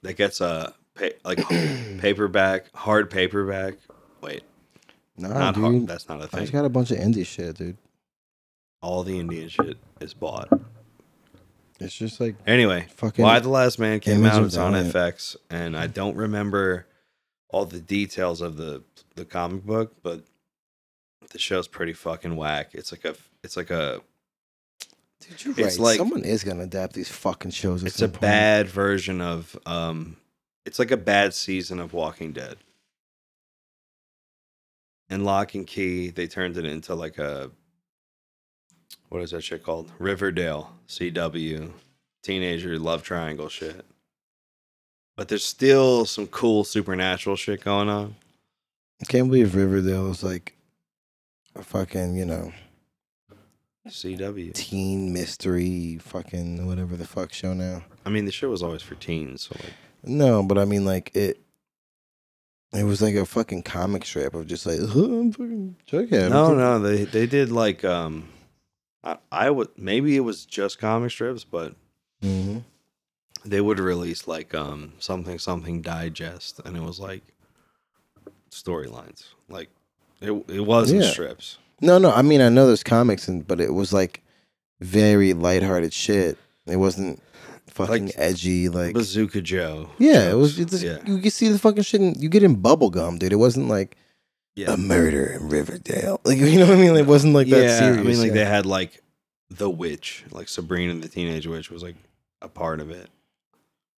[SPEAKER 4] that gets a pa- like paperback, hard paperback. Wait,
[SPEAKER 3] Nah,
[SPEAKER 4] not
[SPEAKER 3] Oh, dude.
[SPEAKER 4] hard. That's not a
[SPEAKER 3] I
[SPEAKER 4] thing.
[SPEAKER 3] just got a bunch of indie shit, dude.
[SPEAKER 4] All the Indian shit is bought.
[SPEAKER 3] It's just like
[SPEAKER 4] Anyway,
[SPEAKER 3] fucking.
[SPEAKER 4] Why the Last Man came
[SPEAKER 3] Amazon
[SPEAKER 4] out. It's on
[SPEAKER 3] Giant.
[SPEAKER 4] FX, and I don't remember all the details of the the comic book, but the show's pretty fucking whack. It's like a it's like a
[SPEAKER 3] dude, you're
[SPEAKER 4] it's
[SPEAKER 3] right.
[SPEAKER 4] like-
[SPEAKER 3] someone is gonna adapt these fucking shows. at
[SPEAKER 4] it's a
[SPEAKER 3] some point.
[SPEAKER 4] bad version of um it's like a bad season of walking dead and lock and key they turned it into like a what is that shit called riverdale cw teenager love triangle shit but there's still some cool supernatural shit going on
[SPEAKER 3] I can't believe Riverdale is like a fucking you know
[SPEAKER 4] cw
[SPEAKER 3] teen mystery fucking whatever the fuck show now.
[SPEAKER 4] i mean the shit was always for teens so like
[SPEAKER 3] No, but I mean like it. It was like a fucking comic strip of just like I'm fucking Jughead. I'm
[SPEAKER 4] No,
[SPEAKER 3] fucking-
[SPEAKER 4] no, they they did like um, I, I would maybe it was just comic strips, but
[SPEAKER 3] Mhm.
[SPEAKER 4] they would release like um something something digest, and it was like storylines. Like it it wasn't
[SPEAKER 3] Yeah.
[SPEAKER 4] strips.
[SPEAKER 3] No, no. I mean, I know there's comics, and but it was like very lighthearted shit. It wasn't fucking
[SPEAKER 4] Like,
[SPEAKER 3] edgy. Like
[SPEAKER 4] Bazooka Joe.
[SPEAKER 3] yeah, it was.
[SPEAKER 4] jokes.
[SPEAKER 3] It's,
[SPEAKER 4] yeah,
[SPEAKER 3] You could see the fucking shit. In, you get in bubblegum, dude. It wasn't like
[SPEAKER 4] yeah.
[SPEAKER 3] a murder in Riverdale. Like you know what I mean? It wasn't like that
[SPEAKER 4] Yeah,
[SPEAKER 3] serious.
[SPEAKER 4] I mean, like
[SPEAKER 3] yeah.
[SPEAKER 4] they had like the witch, like Sabrina the Teenage Witch was like a part of it,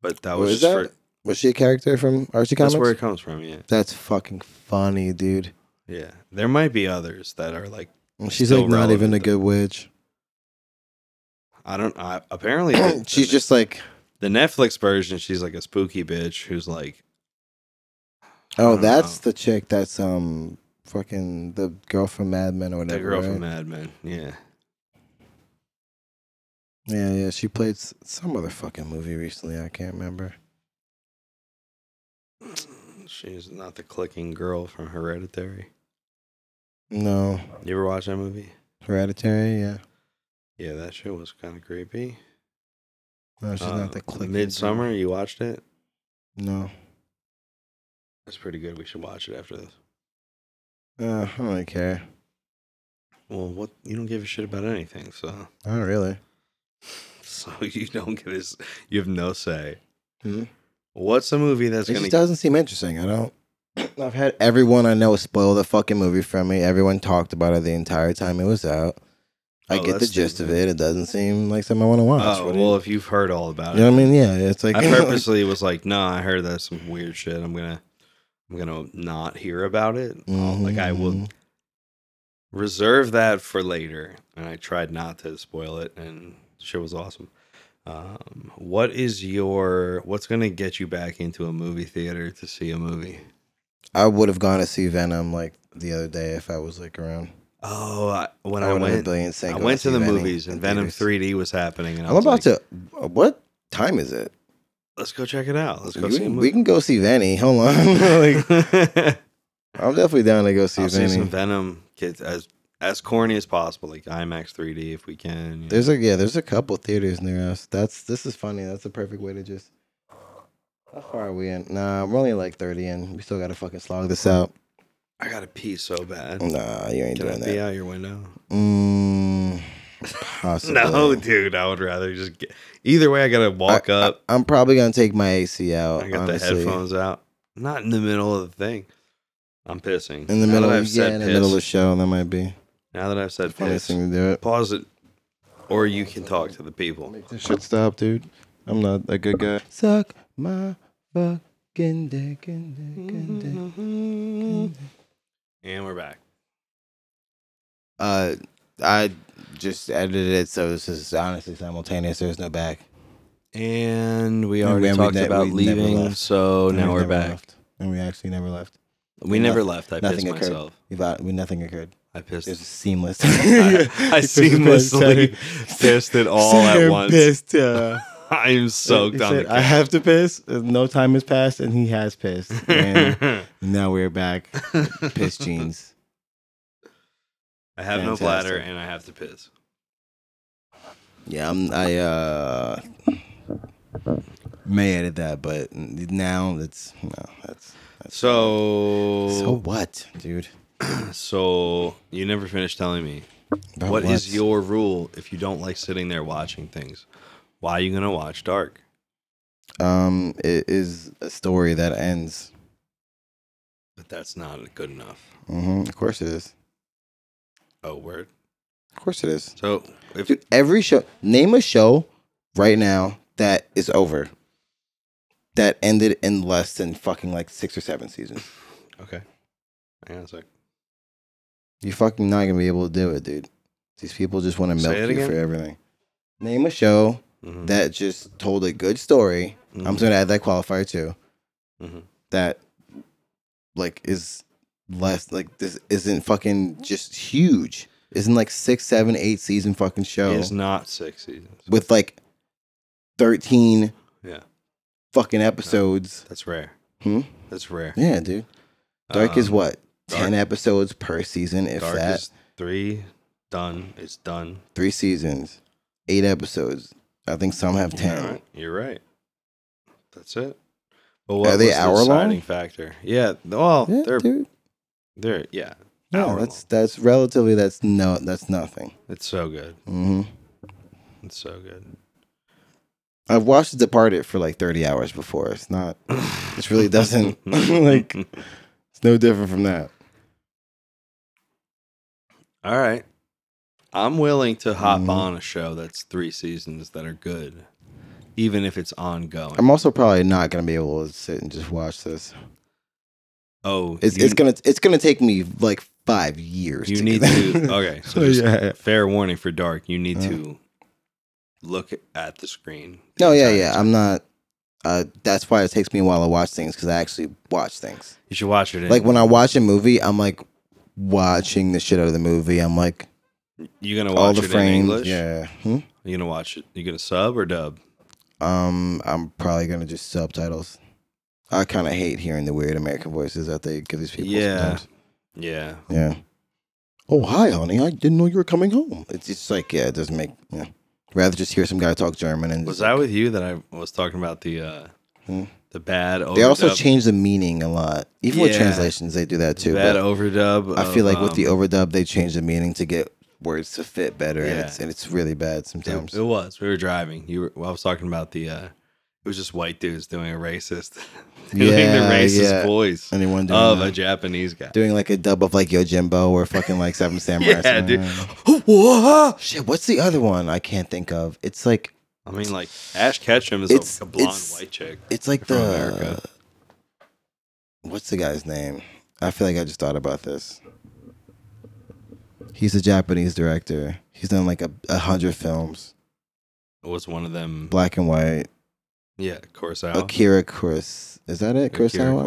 [SPEAKER 4] but that was
[SPEAKER 3] Was
[SPEAKER 4] just
[SPEAKER 3] that was she a character from Archie
[SPEAKER 4] for that's
[SPEAKER 3] Comics?
[SPEAKER 4] where it comes from. Yeah,
[SPEAKER 3] That's fucking funny, dude.
[SPEAKER 4] yeah. There might be others that are like.
[SPEAKER 3] And She's
[SPEAKER 4] Still
[SPEAKER 3] like not even
[SPEAKER 4] relevant,
[SPEAKER 3] a
[SPEAKER 4] though.
[SPEAKER 3] good witch.
[SPEAKER 4] I don't. I, apparently,
[SPEAKER 3] She's just like,
[SPEAKER 4] the Netflix version. She's like a spooky bitch who's like,
[SPEAKER 3] oh,
[SPEAKER 4] don't
[SPEAKER 3] that's the
[SPEAKER 4] know.
[SPEAKER 3] chick that's um fucking the girl from Mad Men or
[SPEAKER 4] the
[SPEAKER 3] whatever.
[SPEAKER 4] girl from
[SPEAKER 3] right?
[SPEAKER 4] Mad Men. Yeah,
[SPEAKER 3] Yeah, yeah. She played s- some other fucking movie recently. I can't remember.
[SPEAKER 4] she's not the clicking girl from Hereditary.
[SPEAKER 3] No,
[SPEAKER 4] You ever watch that movie?
[SPEAKER 3] Hereditary. Yeah.
[SPEAKER 4] Yeah, that shit was kind of creepy.
[SPEAKER 3] No, she's
[SPEAKER 4] Uh,
[SPEAKER 3] not the click.
[SPEAKER 4] Midsummer. You watched it?
[SPEAKER 3] No.
[SPEAKER 4] That's pretty good. We should watch it after this.
[SPEAKER 3] Uh, I don't really care.
[SPEAKER 4] Well, what you don't give a shit about anything, so
[SPEAKER 3] Not really.
[SPEAKER 4] so you don't get this. You have no say.
[SPEAKER 3] Hmm?
[SPEAKER 4] What's a movie that's
[SPEAKER 3] It
[SPEAKER 4] gonna
[SPEAKER 3] just doesn't seem interesting. I don't. I've had everyone I know spoil the fucking movie from me. Everyone talked about it the entire time it was out. I
[SPEAKER 4] Oh,
[SPEAKER 3] get the
[SPEAKER 4] that's
[SPEAKER 3] gist of
[SPEAKER 4] stupid.
[SPEAKER 3] it. It doesn't seem like something I want to watch.
[SPEAKER 4] Oh
[SPEAKER 3] What do you-
[SPEAKER 4] well, if you've heard all about
[SPEAKER 3] you know
[SPEAKER 4] it,
[SPEAKER 3] what I mean? Yeah, it's like
[SPEAKER 4] I purposely was like, no, I heard that's some weird shit. I'm gonna I'm gonna not hear about it. I'll- Like I will
[SPEAKER 3] Mhm. Mm-hmm.
[SPEAKER 4] reserve that for later. And I tried not to spoil it, and shit was awesome. Um, what is your what's gonna get you back into a movie theater to see a movie?
[SPEAKER 3] I would have gone to see Venom like the other day if I was like around.
[SPEAKER 4] Oh, I, when
[SPEAKER 3] I
[SPEAKER 4] I,
[SPEAKER 3] would've been
[SPEAKER 4] went,
[SPEAKER 3] brilliant saying
[SPEAKER 4] I
[SPEAKER 3] go
[SPEAKER 4] went
[SPEAKER 3] see
[SPEAKER 4] to the
[SPEAKER 3] Venom
[SPEAKER 4] movies,
[SPEAKER 3] in
[SPEAKER 4] and Venom
[SPEAKER 3] theaters.
[SPEAKER 4] 3D was happening, and I
[SPEAKER 3] I'm
[SPEAKER 4] was
[SPEAKER 3] about
[SPEAKER 4] like,
[SPEAKER 3] to. uh, What time is it?
[SPEAKER 4] Let's go check it out. Let's go
[SPEAKER 3] we,
[SPEAKER 4] see
[SPEAKER 3] we
[SPEAKER 4] a movie.
[SPEAKER 3] can go see Venny. Hold on. like, I'm definitely down to go see
[SPEAKER 4] I'll see
[SPEAKER 3] Venny.
[SPEAKER 4] some Venom kids as as corny as possible, like IMAX 3D if we can. you
[SPEAKER 3] There's a yeah, there's a couple theaters near us. That's this is funny. That's the perfect way to just. How far are we in? Nah, we're only like thirty in. We still gotta fucking slog this out.
[SPEAKER 4] know. I gotta pee so bad.
[SPEAKER 3] Nah, you ain't
[SPEAKER 4] Can I
[SPEAKER 3] doing
[SPEAKER 4] pee
[SPEAKER 3] that.
[SPEAKER 4] out your window?
[SPEAKER 3] Mm, possibly.
[SPEAKER 4] No, dude. I would rather just get. Either way, I gotta walk
[SPEAKER 3] I,
[SPEAKER 4] up.
[SPEAKER 3] am probably gonna take my AC
[SPEAKER 4] I,
[SPEAKER 3] out.
[SPEAKER 4] got
[SPEAKER 3] honestly.
[SPEAKER 4] the headphones out. Not in the middle of the thing. I'm pissing.
[SPEAKER 3] in the
[SPEAKER 4] Now that
[SPEAKER 3] middle.
[SPEAKER 4] I've
[SPEAKER 3] Yeah,
[SPEAKER 4] said
[SPEAKER 3] in the
[SPEAKER 4] piss-
[SPEAKER 3] middle of the show, that might be
[SPEAKER 4] now that I've said
[SPEAKER 3] funny
[SPEAKER 4] piss,
[SPEAKER 3] thing to do it.
[SPEAKER 4] pause it, or you can talk to the people.
[SPEAKER 3] Make this shit stop, dude. I'm not a good guy. Suck my fucking dick and dick and dick.
[SPEAKER 4] And we're back.
[SPEAKER 3] Uh, I just edited it, so this is honestly simultaneous. There's no back.
[SPEAKER 4] And we
[SPEAKER 3] And
[SPEAKER 4] already
[SPEAKER 3] we- we
[SPEAKER 4] talked
[SPEAKER 3] ne-
[SPEAKER 4] about
[SPEAKER 3] we never
[SPEAKER 4] leaving,
[SPEAKER 3] left.
[SPEAKER 4] so
[SPEAKER 3] And
[SPEAKER 4] Oh, now
[SPEAKER 3] we
[SPEAKER 4] we're
[SPEAKER 3] never
[SPEAKER 4] back.
[SPEAKER 3] left. and we actually never left.
[SPEAKER 4] We
[SPEAKER 3] And
[SPEAKER 4] never
[SPEAKER 3] noth-
[SPEAKER 4] left. I pissed
[SPEAKER 3] nothing occurred.
[SPEAKER 4] myself.
[SPEAKER 3] We, thought- we nothing occurred.
[SPEAKER 4] I
[SPEAKER 3] It was
[SPEAKER 4] pissed.
[SPEAKER 3] seamless.
[SPEAKER 4] I, I
[SPEAKER 3] He said-
[SPEAKER 4] seamlessly
[SPEAKER 3] said-
[SPEAKER 4] pissed it all
[SPEAKER 3] said
[SPEAKER 4] at
[SPEAKER 3] I'm
[SPEAKER 4] once.
[SPEAKER 3] Pissed, uh, yeah.
[SPEAKER 4] I am soaked
[SPEAKER 3] He
[SPEAKER 4] on the
[SPEAKER 3] said, I
[SPEAKER 4] couch.
[SPEAKER 3] have to piss. and No time has passed, and he has pissed. And now we're back. Piss jeans.
[SPEAKER 4] I have no bladder
[SPEAKER 3] Fantastic.
[SPEAKER 4] and I have to piss.
[SPEAKER 3] Yeah, I'm, I uh may edit that, but now it's no, that's that's so
[SPEAKER 4] So,
[SPEAKER 3] what, dude.
[SPEAKER 4] so, you never finished telling me
[SPEAKER 3] About
[SPEAKER 4] what is your rule if you don't like sitting there watching things? Why are you gonna watch dark?
[SPEAKER 3] um? It is a story that ends.
[SPEAKER 4] But that's not good enough.
[SPEAKER 3] hmm Of course it is.
[SPEAKER 4] Oh, word.
[SPEAKER 3] Of course it is.
[SPEAKER 4] So if
[SPEAKER 3] Dude, every show. Name a show right now that is over. That ended in less than fucking like six or seven seasons.
[SPEAKER 4] okay, hang on a sec.
[SPEAKER 3] You're fucking not gonna be able to do it, dude. These people just want to
[SPEAKER 4] Say
[SPEAKER 3] milk
[SPEAKER 4] it
[SPEAKER 3] you
[SPEAKER 4] again?
[SPEAKER 3] for everything. Name a show
[SPEAKER 4] Mhm.
[SPEAKER 3] that just told a good story. I'm
[SPEAKER 4] Mhm.
[SPEAKER 3] just gonna add that qualifier too.
[SPEAKER 4] Mhm.
[SPEAKER 3] That like is less like this isn't fucking just huge. Isn't like six, seven, eight season fucking show
[SPEAKER 4] It is not six seasons.
[SPEAKER 3] with like thirteen
[SPEAKER 4] Yeah,
[SPEAKER 3] fucking episodes.
[SPEAKER 4] that's rare.
[SPEAKER 3] Hmm?
[SPEAKER 4] That's rare.
[SPEAKER 3] Yeah, dude. Dark is
[SPEAKER 4] Um,
[SPEAKER 3] what ten
[SPEAKER 4] Dark-
[SPEAKER 3] episodes per season, if
[SPEAKER 4] Dark
[SPEAKER 3] that.
[SPEAKER 4] is three done. It's done.
[SPEAKER 3] Three seasons, eight episodes. I think some have ten.
[SPEAKER 4] All right, You're right. That's it. But what
[SPEAKER 3] Are they
[SPEAKER 4] was the
[SPEAKER 3] hour long?
[SPEAKER 4] deciding Factor. Yeah. Well,
[SPEAKER 3] Yeah,
[SPEAKER 4] Oh, they're
[SPEAKER 3] dude.
[SPEAKER 4] they're yeah.
[SPEAKER 3] No,
[SPEAKER 4] hour
[SPEAKER 3] that's that's relatively that's no that's nothing.
[SPEAKER 4] long. It's so good.
[SPEAKER 3] hmm
[SPEAKER 4] It's so good.
[SPEAKER 3] I've watched The Departed for like 30 hours before. It's not, it really doesn't, like, it's no different from that.
[SPEAKER 4] All right. I'm willing to hop
[SPEAKER 3] Mhm.
[SPEAKER 4] on a show that's three seasons that are good, even if it's ongoing.
[SPEAKER 3] I'm also probably not going to be able to sit and just watch this.
[SPEAKER 4] oh,
[SPEAKER 3] It's,
[SPEAKER 4] you,
[SPEAKER 3] it's going to, it's going to take me like five years.
[SPEAKER 4] you
[SPEAKER 3] get
[SPEAKER 4] need uh,
[SPEAKER 3] there.
[SPEAKER 4] to. Okay, so just
[SPEAKER 3] yeah. Uh-huh.
[SPEAKER 4] fair warning for Dark. You need
[SPEAKER 3] Uh.
[SPEAKER 4] to look at the screen. the
[SPEAKER 3] No, Oh, yeah,
[SPEAKER 4] entire
[SPEAKER 3] yeah. I'm not. Uh, that's why it takes me a while to watch things because I actually watch things.
[SPEAKER 4] You should watch it.
[SPEAKER 3] Like when I watch a movie, I'm like watching the shit out of the movie. I'm like
[SPEAKER 4] you're gonna
[SPEAKER 3] all
[SPEAKER 4] watch
[SPEAKER 3] the
[SPEAKER 4] it
[SPEAKER 3] frames.
[SPEAKER 4] in English.
[SPEAKER 3] Yeah. Hmm?
[SPEAKER 4] You're gonna watch it. You're gonna sub or dub.
[SPEAKER 3] Um, I'm probably gonna just subtitles. I kind of hate hearing the weird American voices that they give these people.
[SPEAKER 4] Yeah.
[SPEAKER 3] sometimes.
[SPEAKER 4] Yeah.
[SPEAKER 3] Yeah. Oh hi, honey. I didn't know you were coming home. It's just like yeah, it doesn't make. Yeah. Rather just hear some guy talk German and
[SPEAKER 4] Was that with you that I was talking about the uh
[SPEAKER 3] Hmm.
[SPEAKER 4] the bad overdub?
[SPEAKER 3] they also change the meaning a lot. Even with
[SPEAKER 4] Yeah.
[SPEAKER 3] translations, they do that too.
[SPEAKER 4] bad
[SPEAKER 3] but-
[SPEAKER 4] overdub.
[SPEAKER 3] I feel
[SPEAKER 4] of,
[SPEAKER 3] like with the
[SPEAKER 4] um,
[SPEAKER 3] overdub, they change the meaning to get words to fit better,
[SPEAKER 4] Yeah.
[SPEAKER 3] and it's and it's really bad sometimes.
[SPEAKER 4] it, it was we were driving. You were well, I was talking about the uh it was just white dudes doing a racist doing
[SPEAKER 3] Yeah,
[SPEAKER 4] the racist
[SPEAKER 3] yeah.
[SPEAKER 4] voice
[SPEAKER 3] Anyone doing
[SPEAKER 4] of
[SPEAKER 3] that?
[SPEAKER 4] a Japanese guy.
[SPEAKER 3] doing like a dub of like Yo Yojimbo or fucking like Seven Samurai. or
[SPEAKER 4] yeah,
[SPEAKER 3] something.
[SPEAKER 4] dude. Whoa!
[SPEAKER 3] Shit, what's the other one? I can't think of. It's like
[SPEAKER 4] I mean, like Ash Ketchum is
[SPEAKER 3] It's-
[SPEAKER 4] a, blonde
[SPEAKER 3] it's-
[SPEAKER 4] white chick.
[SPEAKER 3] it's like
[SPEAKER 4] From
[SPEAKER 3] the
[SPEAKER 4] America.
[SPEAKER 3] what's the guy's name? I feel like I just thought about this. He's a Japanese director. He's done like a, a hundred films,
[SPEAKER 4] was one of them.
[SPEAKER 3] black and white.
[SPEAKER 4] Yeah, Kurosawa.
[SPEAKER 3] Akira Kuros. Is that it?
[SPEAKER 4] Oh. Akira
[SPEAKER 3] Kurosawa?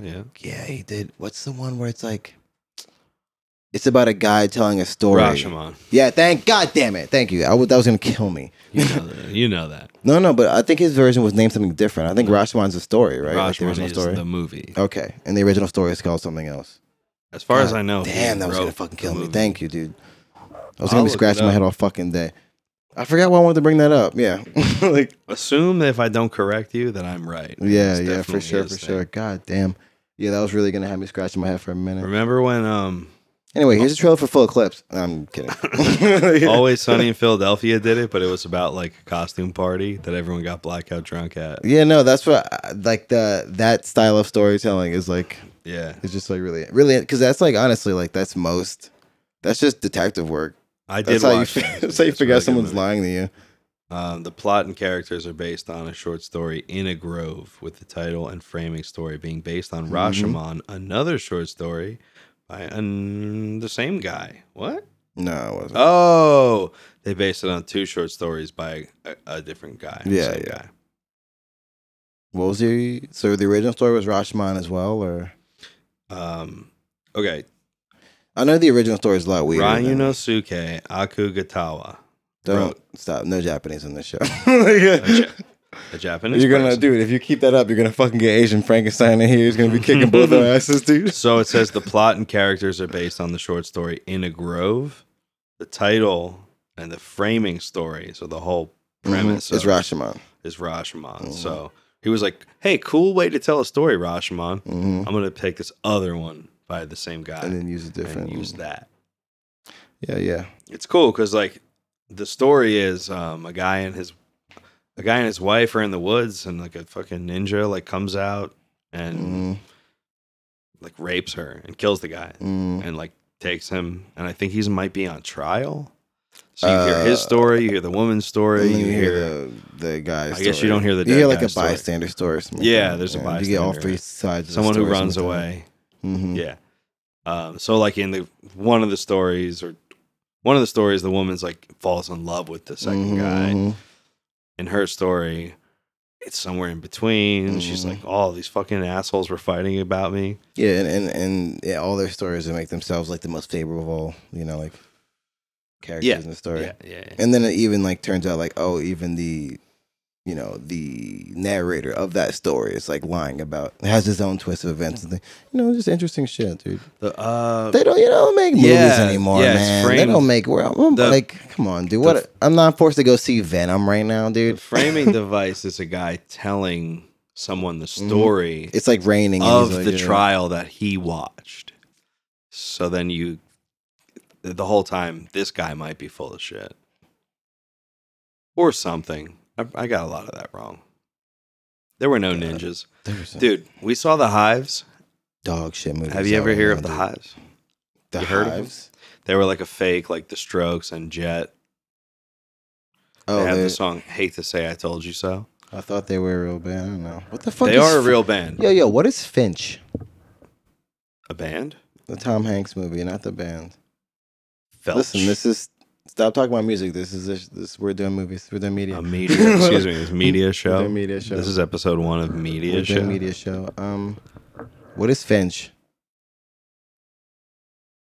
[SPEAKER 4] Kurosawa, yeah.
[SPEAKER 3] Yeah, he did. What's the one where it's like, it's about a guy telling a story.
[SPEAKER 4] Rashomon.
[SPEAKER 3] Yeah, thank God damn it. Thank you. I would that was gonna kill me.
[SPEAKER 4] You know that. You know that.
[SPEAKER 3] No, no, but I think his version was named something different. I think Rashomon's a story, right? Like the
[SPEAKER 4] Mm-hmm. Rashomon
[SPEAKER 3] original
[SPEAKER 4] is
[SPEAKER 3] story.
[SPEAKER 4] the movie.
[SPEAKER 3] okay, and the original story is called something else.
[SPEAKER 4] As far as
[SPEAKER 3] God
[SPEAKER 4] I know, he
[SPEAKER 3] damn, that was
[SPEAKER 4] wrote
[SPEAKER 3] gonna fucking
[SPEAKER 4] the
[SPEAKER 3] kill me.
[SPEAKER 4] movie.
[SPEAKER 3] Thank you, dude. I was
[SPEAKER 4] I'll
[SPEAKER 3] gonna be
[SPEAKER 4] look it
[SPEAKER 3] scratching my
[SPEAKER 4] up.
[SPEAKER 3] head all fucking day. I forgot why I wanted to bring that up. Yeah, like
[SPEAKER 4] Assume that if I don't correct you, that I'm right.
[SPEAKER 3] yeah,
[SPEAKER 4] It's
[SPEAKER 3] yeah, for
[SPEAKER 4] definitely
[SPEAKER 3] sure, for
[SPEAKER 4] his thing.
[SPEAKER 3] sure. God damn. Yeah, that was really gonna have me scratching my head for a minute.
[SPEAKER 4] Remember when um,
[SPEAKER 3] Anyway, here's a trailer for Full Eclipse. I'm kidding.
[SPEAKER 4] Always Sunny in Philadelphia did it, but it was about like a costume party that everyone got blackout drunk at.
[SPEAKER 3] Yeah, no, that's what I- like the that style of storytelling is like.
[SPEAKER 4] Yeah,
[SPEAKER 3] It's just like really, really, because that's like honestly, like that's most. That's just detective work.
[SPEAKER 4] I did.
[SPEAKER 3] That's how you.
[SPEAKER 4] watch
[SPEAKER 3] fi-
[SPEAKER 4] that.
[SPEAKER 3] that's how you
[SPEAKER 4] It's a
[SPEAKER 3] figure
[SPEAKER 4] really
[SPEAKER 3] out
[SPEAKER 4] good
[SPEAKER 3] someone's
[SPEAKER 4] movie.
[SPEAKER 3] lying to you.
[SPEAKER 4] Um, the plot and characters are based on a short story in a grove, with the title and framing story being based on
[SPEAKER 3] Mm-hmm.
[SPEAKER 4] Rashomon, another short story by um, the same guy. What?
[SPEAKER 3] No, it wasn't.
[SPEAKER 4] Oh, they based it on two short stories by a, a different guy. the
[SPEAKER 3] Yeah,
[SPEAKER 4] same
[SPEAKER 3] yeah.
[SPEAKER 4] guy.
[SPEAKER 3] What was the? So the original story was Rashomon as well, or
[SPEAKER 4] Um, okay,
[SPEAKER 3] I know the original story is a lot weirder. than-
[SPEAKER 4] Ryunosuke Akugatawa,
[SPEAKER 3] don't
[SPEAKER 4] wrote-
[SPEAKER 3] stop. No Japanese on this show.
[SPEAKER 4] a, Ja- a Japanese.
[SPEAKER 3] You're gonna
[SPEAKER 4] person.
[SPEAKER 3] do it if you keep that up. You're gonna fucking get Asian Frankenstein in here. He's gonna be kicking both our asses, dude.
[SPEAKER 4] So it says the plot and characters are based on the short story In a Grove. The title and the framing story, so the whole premise
[SPEAKER 3] Mhm. It's
[SPEAKER 4] of-
[SPEAKER 3] Rashomon. Mm-hmm.
[SPEAKER 4] is Rashomon. So he was like, "Hey, cool way to tell a story, Rashomon.
[SPEAKER 3] Mhm.
[SPEAKER 4] I'm gonna pick this other one by the same guy
[SPEAKER 3] and then use a different.
[SPEAKER 4] and use that.
[SPEAKER 3] Yeah, yeah.
[SPEAKER 4] It's cool because like the story is um, a guy and his a guy and his wife are in the woods and like a fucking ninja like comes out and
[SPEAKER 3] Mm,
[SPEAKER 4] like rapes her and kills the guy.
[SPEAKER 3] mm.
[SPEAKER 4] and like takes him and i think he's might be on trial so you hear
[SPEAKER 3] Uh,
[SPEAKER 4] his story you hear the woman's story
[SPEAKER 3] And then
[SPEAKER 4] you hear
[SPEAKER 3] the the guy.
[SPEAKER 4] I guess you don't hear the
[SPEAKER 3] You hear like
[SPEAKER 4] dead guy
[SPEAKER 3] a
[SPEAKER 4] story.
[SPEAKER 3] bystander story. or something
[SPEAKER 4] Yeah,
[SPEAKER 3] like that.
[SPEAKER 4] there's a
[SPEAKER 3] You get all
[SPEAKER 4] bystander.
[SPEAKER 3] three sides. of the
[SPEAKER 4] someone who
[SPEAKER 3] story
[SPEAKER 4] runs
[SPEAKER 3] sometimes.
[SPEAKER 4] away
[SPEAKER 3] Mhm.
[SPEAKER 4] yeah um, so like in the one of the stories or one of the stories the woman's like falls in love with the 2nd
[SPEAKER 3] Mhm,
[SPEAKER 4] guy
[SPEAKER 3] mhm.
[SPEAKER 4] in her story it's somewhere in between
[SPEAKER 3] Mm-hmm.
[SPEAKER 4] she's like all these fucking assholes were fighting about me
[SPEAKER 3] Yeah, and and, and yeah, all their stories that make themselves like the most favorable, you know, like characters
[SPEAKER 4] Yeah,
[SPEAKER 3] in the story.
[SPEAKER 4] yeah yeah, yeah.
[SPEAKER 3] And then it even like turns out like oh, even the you know the narrator of that story is like lying about has his own twist of events and thing. You know, just interesting shit, dude.
[SPEAKER 4] the uh
[SPEAKER 3] They don't, you don't make movies
[SPEAKER 4] Yeah,
[SPEAKER 3] anymore,
[SPEAKER 4] yeah, it's
[SPEAKER 3] man. They
[SPEAKER 4] framed-
[SPEAKER 3] don't make. Well, I'm
[SPEAKER 4] the-
[SPEAKER 3] like, come on, dude. What?
[SPEAKER 4] the-
[SPEAKER 3] I'm not forced to go see Venom right now,
[SPEAKER 4] the
[SPEAKER 3] dude.
[SPEAKER 4] framing device is a guy telling someone the
[SPEAKER 3] Mm-hmm.
[SPEAKER 4] story
[SPEAKER 3] It's like raining. and
[SPEAKER 4] of
[SPEAKER 3] he's like,
[SPEAKER 4] the
[SPEAKER 3] you know,
[SPEAKER 4] trial that he watched. So then you, the whole time, this guy might be full of shit or something. I, I got a lot of that wrong. There were no ninjas,
[SPEAKER 3] there's some
[SPEAKER 4] dude. We saw the hives.
[SPEAKER 3] dog shit movie.
[SPEAKER 4] Have you ever heard of the hives?
[SPEAKER 3] The
[SPEAKER 4] you heard of
[SPEAKER 3] Hives?
[SPEAKER 4] They were like a fake, like the Strokes and Jet. They
[SPEAKER 3] Oh,
[SPEAKER 4] have
[SPEAKER 3] they-
[SPEAKER 4] the song "Hate to Say I Told You So."
[SPEAKER 3] I thought they were a real band. I don't know what the fuck.
[SPEAKER 4] they
[SPEAKER 3] is
[SPEAKER 4] are a
[SPEAKER 3] Fin-
[SPEAKER 4] real band.
[SPEAKER 3] Yo, yo, what is Finch?
[SPEAKER 4] A band.
[SPEAKER 3] The Tom Hanks movie, not the band.
[SPEAKER 4] Felch.
[SPEAKER 3] Listen, this is Stop talking about music. This is this, this we're doing movies. We're doing media.
[SPEAKER 4] A media, excuse me, it's media show.
[SPEAKER 3] The media show.
[SPEAKER 4] This is episode one of media
[SPEAKER 3] we're
[SPEAKER 4] show.
[SPEAKER 3] doing media show. Um, what is Finch?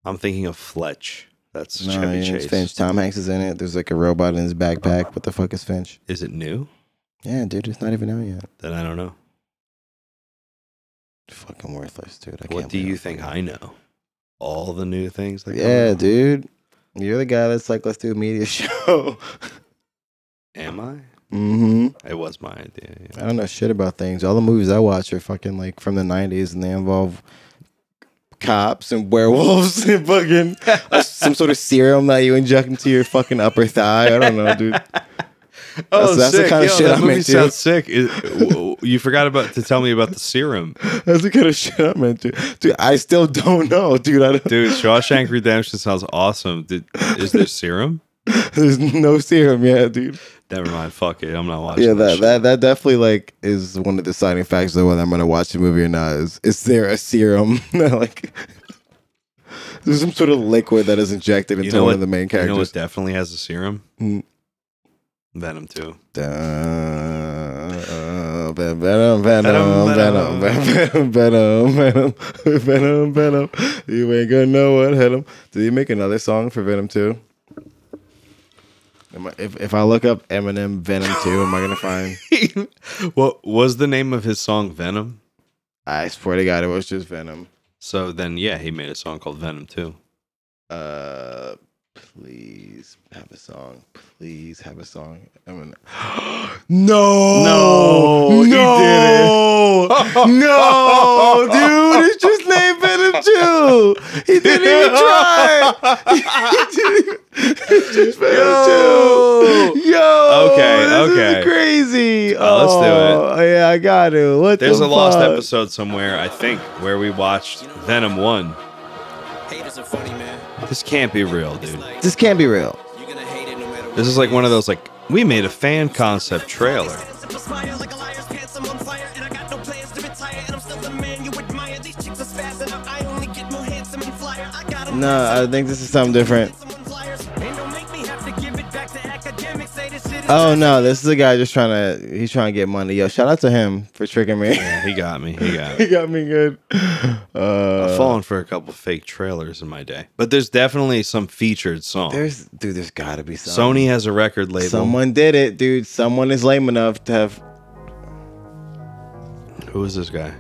[SPEAKER 4] I'm thinking of Fletch. That's
[SPEAKER 3] No,
[SPEAKER 4] Chevy
[SPEAKER 3] yeah, it's
[SPEAKER 4] Chase.
[SPEAKER 3] Finch. Tom Hanks is in it. There's like a robot in his backpack. What the fuck is Finch?
[SPEAKER 4] Is it new?
[SPEAKER 3] Yeah, dude, it's not even out yet.
[SPEAKER 4] Then I don't know.
[SPEAKER 3] Fucking worthless, dude. I
[SPEAKER 4] what
[SPEAKER 3] can't
[SPEAKER 4] do
[SPEAKER 3] believe
[SPEAKER 4] you
[SPEAKER 3] it.
[SPEAKER 4] think I know? All the new things. That come
[SPEAKER 3] Yeah,
[SPEAKER 4] out?
[SPEAKER 3] dude, you're the guy that's like, let's do a media show.
[SPEAKER 4] Am I?
[SPEAKER 3] mm-hmm.
[SPEAKER 4] It was my idea. yeah.
[SPEAKER 3] I don't know shit about things. All the movies I watch are fucking like from the '90s, and they involve cops and werewolves and fucking uh, some sort of serum that you inject into your fucking upper thigh. I don't know, dude.
[SPEAKER 4] Oh,
[SPEAKER 3] that's the
[SPEAKER 4] sick.
[SPEAKER 3] kind of
[SPEAKER 4] Yo,
[SPEAKER 3] shit
[SPEAKER 4] that
[SPEAKER 3] I'm
[SPEAKER 4] movie
[SPEAKER 3] into.
[SPEAKER 4] sounds sick. Is- w- you forgot about to tell me about the serum,
[SPEAKER 3] That's the kind of shit I'm into, dude. I still don't know, dude. I don't,
[SPEAKER 4] dude. Shawshank Redemption sounds awesome. Did, is there serum?
[SPEAKER 3] There's no serum yet, dude.
[SPEAKER 4] Never mind. Fuck it. I'm not watching.
[SPEAKER 3] Yeah,
[SPEAKER 4] that,
[SPEAKER 3] that,
[SPEAKER 4] shit.
[SPEAKER 3] that that definitely like is one of the deciding factors of whether I'm gonna watch the movie or not. Is is there a serum like? There's some sort of liquid that is injected into one of the main
[SPEAKER 4] You know what
[SPEAKER 3] characters. Mm.
[SPEAKER 4] definitely has a serum? Venom 2.
[SPEAKER 3] Dun, Venom, venom, venom, venom,
[SPEAKER 4] Venom,
[SPEAKER 3] venom, venom, venom, venom. You ain't gonna know what hit him. Did he make another song for Venom 2? Am I, if, if I look up Eminem Venom 2, am I gonna find?
[SPEAKER 4] what was the name of his song Venom?
[SPEAKER 3] I swear to God, it was just Venom.
[SPEAKER 4] So then, yeah, he made a song called Venom 2.
[SPEAKER 3] Uh, please have a song. Please have a song. I'm gonna...
[SPEAKER 4] No,
[SPEAKER 3] no,
[SPEAKER 4] he
[SPEAKER 3] no, no, dude. It's just named Venom Two. He didn't even try. he didn't even... It's just Venom
[SPEAKER 4] Yo.
[SPEAKER 3] Two. Yo,
[SPEAKER 4] Okay,
[SPEAKER 3] this is
[SPEAKER 4] okay.
[SPEAKER 3] crazy.
[SPEAKER 4] Uh, let's do
[SPEAKER 3] oh, let's do it. Yeah, I got to. What?
[SPEAKER 4] There's
[SPEAKER 3] the
[SPEAKER 4] a lost
[SPEAKER 3] Oh, fuck?
[SPEAKER 4] episode somewhere, I think, where we watched Venom 1.
[SPEAKER 7] Haters are funny, man.
[SPEAKER 4] This can't be real, dude.
[SPEAKER 7] Like,
[SPEAKER 3] This can't be real.
[SPEAKER 7] you're gonna hate it no matter what.
[SPEAKER 4] This is like one of those, like, we made a fan concept trailer.
[SPEAKER 3] No, I think this is something different. Oh
[SPEAKER 7] Oh no.
[SPEAKER 3] no, this is a guy just trying to he's trying to get money. Yo, shout out to him for tricking me.
[SPEAKER 4] Yeah, he got me. He got me.
[SPEAKER 3] he got me good.
[SPEAKER 4] I've
[SPEAKER 3] Uh,
[SPEAKER 4] fallen for a couple fake trailers in my day. But there's definitely some featured song.
[SPEAKER 3] there's dude, there's gotta be some.
[SPEAKER 4] Sony has a record label.
[SPEAKER 3] Someone did it, dude. Someone is lame enough to have
[SPEAKER 4] Who is this guy?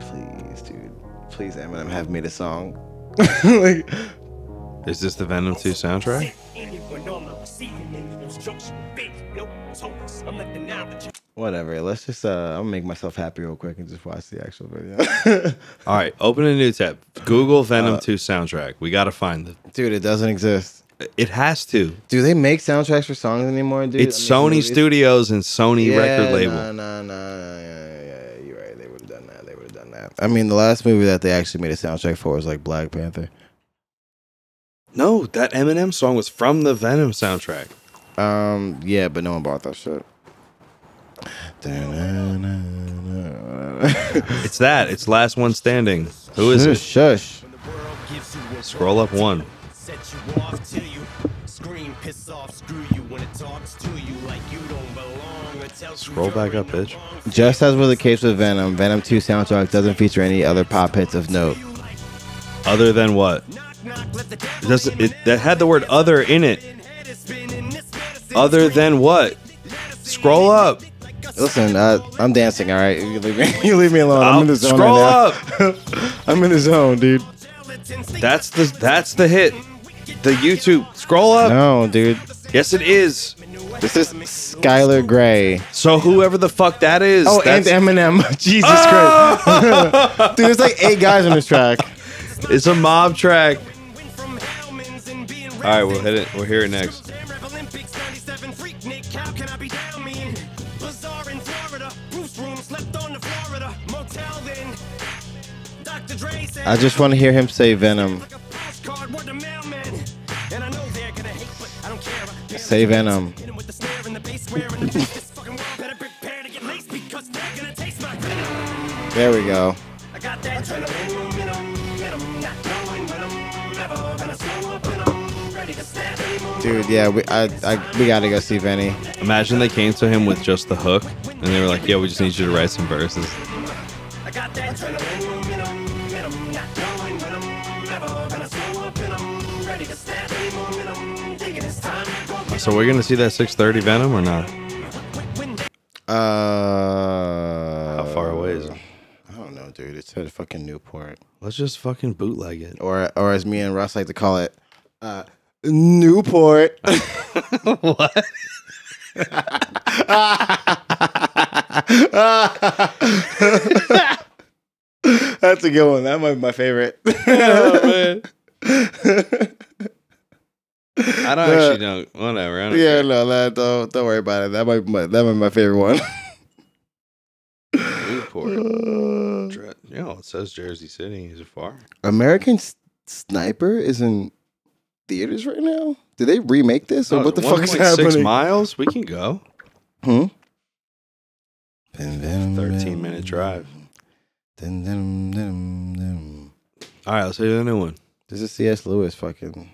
[SPEAKER 3] please, dude. Please Eminem have made a song. like
[SPEAKER 4] Is this the Venom 2 soundtrack?
[SPEAKER 3] whatever. Let's just uh I'm gonna make myself happy real quick and just watch the actual video.
[SPEAKER 4] All right, open a new tab. Google Venom
[SPEAKER 3] Uh,
[SPEAKER 4] 2 soundtrack. We got to find it.
[SPEAKER 3] dude, it doesn't exist.
[SPEAKER 4] It has to. Dude,
[SPEAKER 3] Do they make soundtracks for songs anymore, dude?
[SPEAKER 4] it's
[SPEAKER 3] I mean,
[SPEAKER 4] Sony
[SPEAKER 3] movies-
[SPEAKER 4] Studios and Sony record label.
[SPEAKER 3] No, no, no, no, yeah, yeah, yeah, you're right. They would have done that. They would have done that. I mean, the last movie that they actually made a soundtrack for was like Black Panther.
[SPEAKER 4] No, that Eminem song was from the Venom soundtrack.
[SPEAKER 3] Um, yeah, but no one bought that shit. Shush,
[SPEAKER 4] It's that. It's Last One Standing. Who is it?
[SPEAKER 3] shush.
[SPEAKER 4] Scroll up one.
[SPEAKER 7] Set you off till you scream, piss off, screw you when it talks to you like you don't belong. Or tells you
[SPEAKER 4] Scroll
[SPEAKER 7] you're
[SPEAKER 4] back
[SPEAKER 7] in
[SPEAKER 4] up,
[SPEAKER 7] the
[SPEAKER 4] bitch.
[SPEAKER 7] wrong
[SPEAKER 3] Just as was the case with Venom, Venom 2 soundtrack doesn't feature any other pop hits of note.
[SPEAKER 4] Other than what? It doesn't. It that had the word other in it. Other than what? Scroll up.
[SPEAKER 3] Listen, uh, I'm dancing, all right? You leave me, you leave me alone. I'm
[SPEAKER 4] I'll-
[SPEAKER 3] in the zone
[SPEAKER 4] scroll
[SPEAKER 3] right
[SPEAKER 4] up.
[SPEAKER 3] now. I'm in the zone, dude.
[SPEAKER 4] That's the that's the hit. The YouTube. Scroll up.
[SPEAKER 3] No, dude.
[SPEAKER 4] Yes, it is.
[SPEAKER 3] This is Skylar Gray.
[SPEAKER 4] So whoever the fuck that is.
[SPEAKER 3] Oh, and
[SPEAKER 4] that's-
[SPEAKER 3] Eminem. Jesus Christ. Dude, there's like eight guys on this track.
[SPEAKER 4] It's a mob track. All right, we'll hit it. We'll hear it next.
[SPEAKER 3] I just want to hear him say Venom. Say
[SPEAKER 4] um,
[SPEAKER 3] Venom. There we go. Dude, yeah, we I, I we gotta go see Vinny.
[SPEAKER 4] Imagine they came to him with just the hook, and they were like, "Yeah, we just need you to write some verses."
[SPEAKER 7] I got that adrenaline in 'em, in 'em, not knowing when I'm never gonna slow up in 'em, ready to snap any momentum, thinking it's time to go
[SPEAKER 4] So we're gonna see that 6:30 Venom or not?
[SPEAKER 3] Uh,
[SPEAKER 4] How far away is it?
[SPEAKER 3] I don't know, dude. It's at fucking Newport,
[SPEAKER 4] Let's just fucking bootleg it.
[SPEAKER 3] or or as me and Russ like to call it, uh, Newport.
[SPEAKER 4] what?
[SPEAKER 3] That's a good one. That might be my favorite. Oh,
[SPEAKER 4] I don't actually know. Whatever. I don't
[SPEAKER 3] Uh, yeah, no, that, don't don't worry about it. That might be my, that might be my favorite one.
[SPEAKER 4] care. Newport. Dr- Yo, it says Jersey City. Is it far?
[SPEAKER 3] American S- Sniper is in theaters right now. Did they remake this? Or
[SPEAKER 4] Oh,
[SPEAKER 3] what the fuck is
[SPEAKER 4] 1.6
[SPEAKER 3] happening?
[SPEAKER 4] miles? We can go.
[SPEAKER 3] hmm?
[SPEAKER 4] 13 minute drive. All right, let's hear the new one.
[SPEAKER 3] This is C.S. Lewis fucking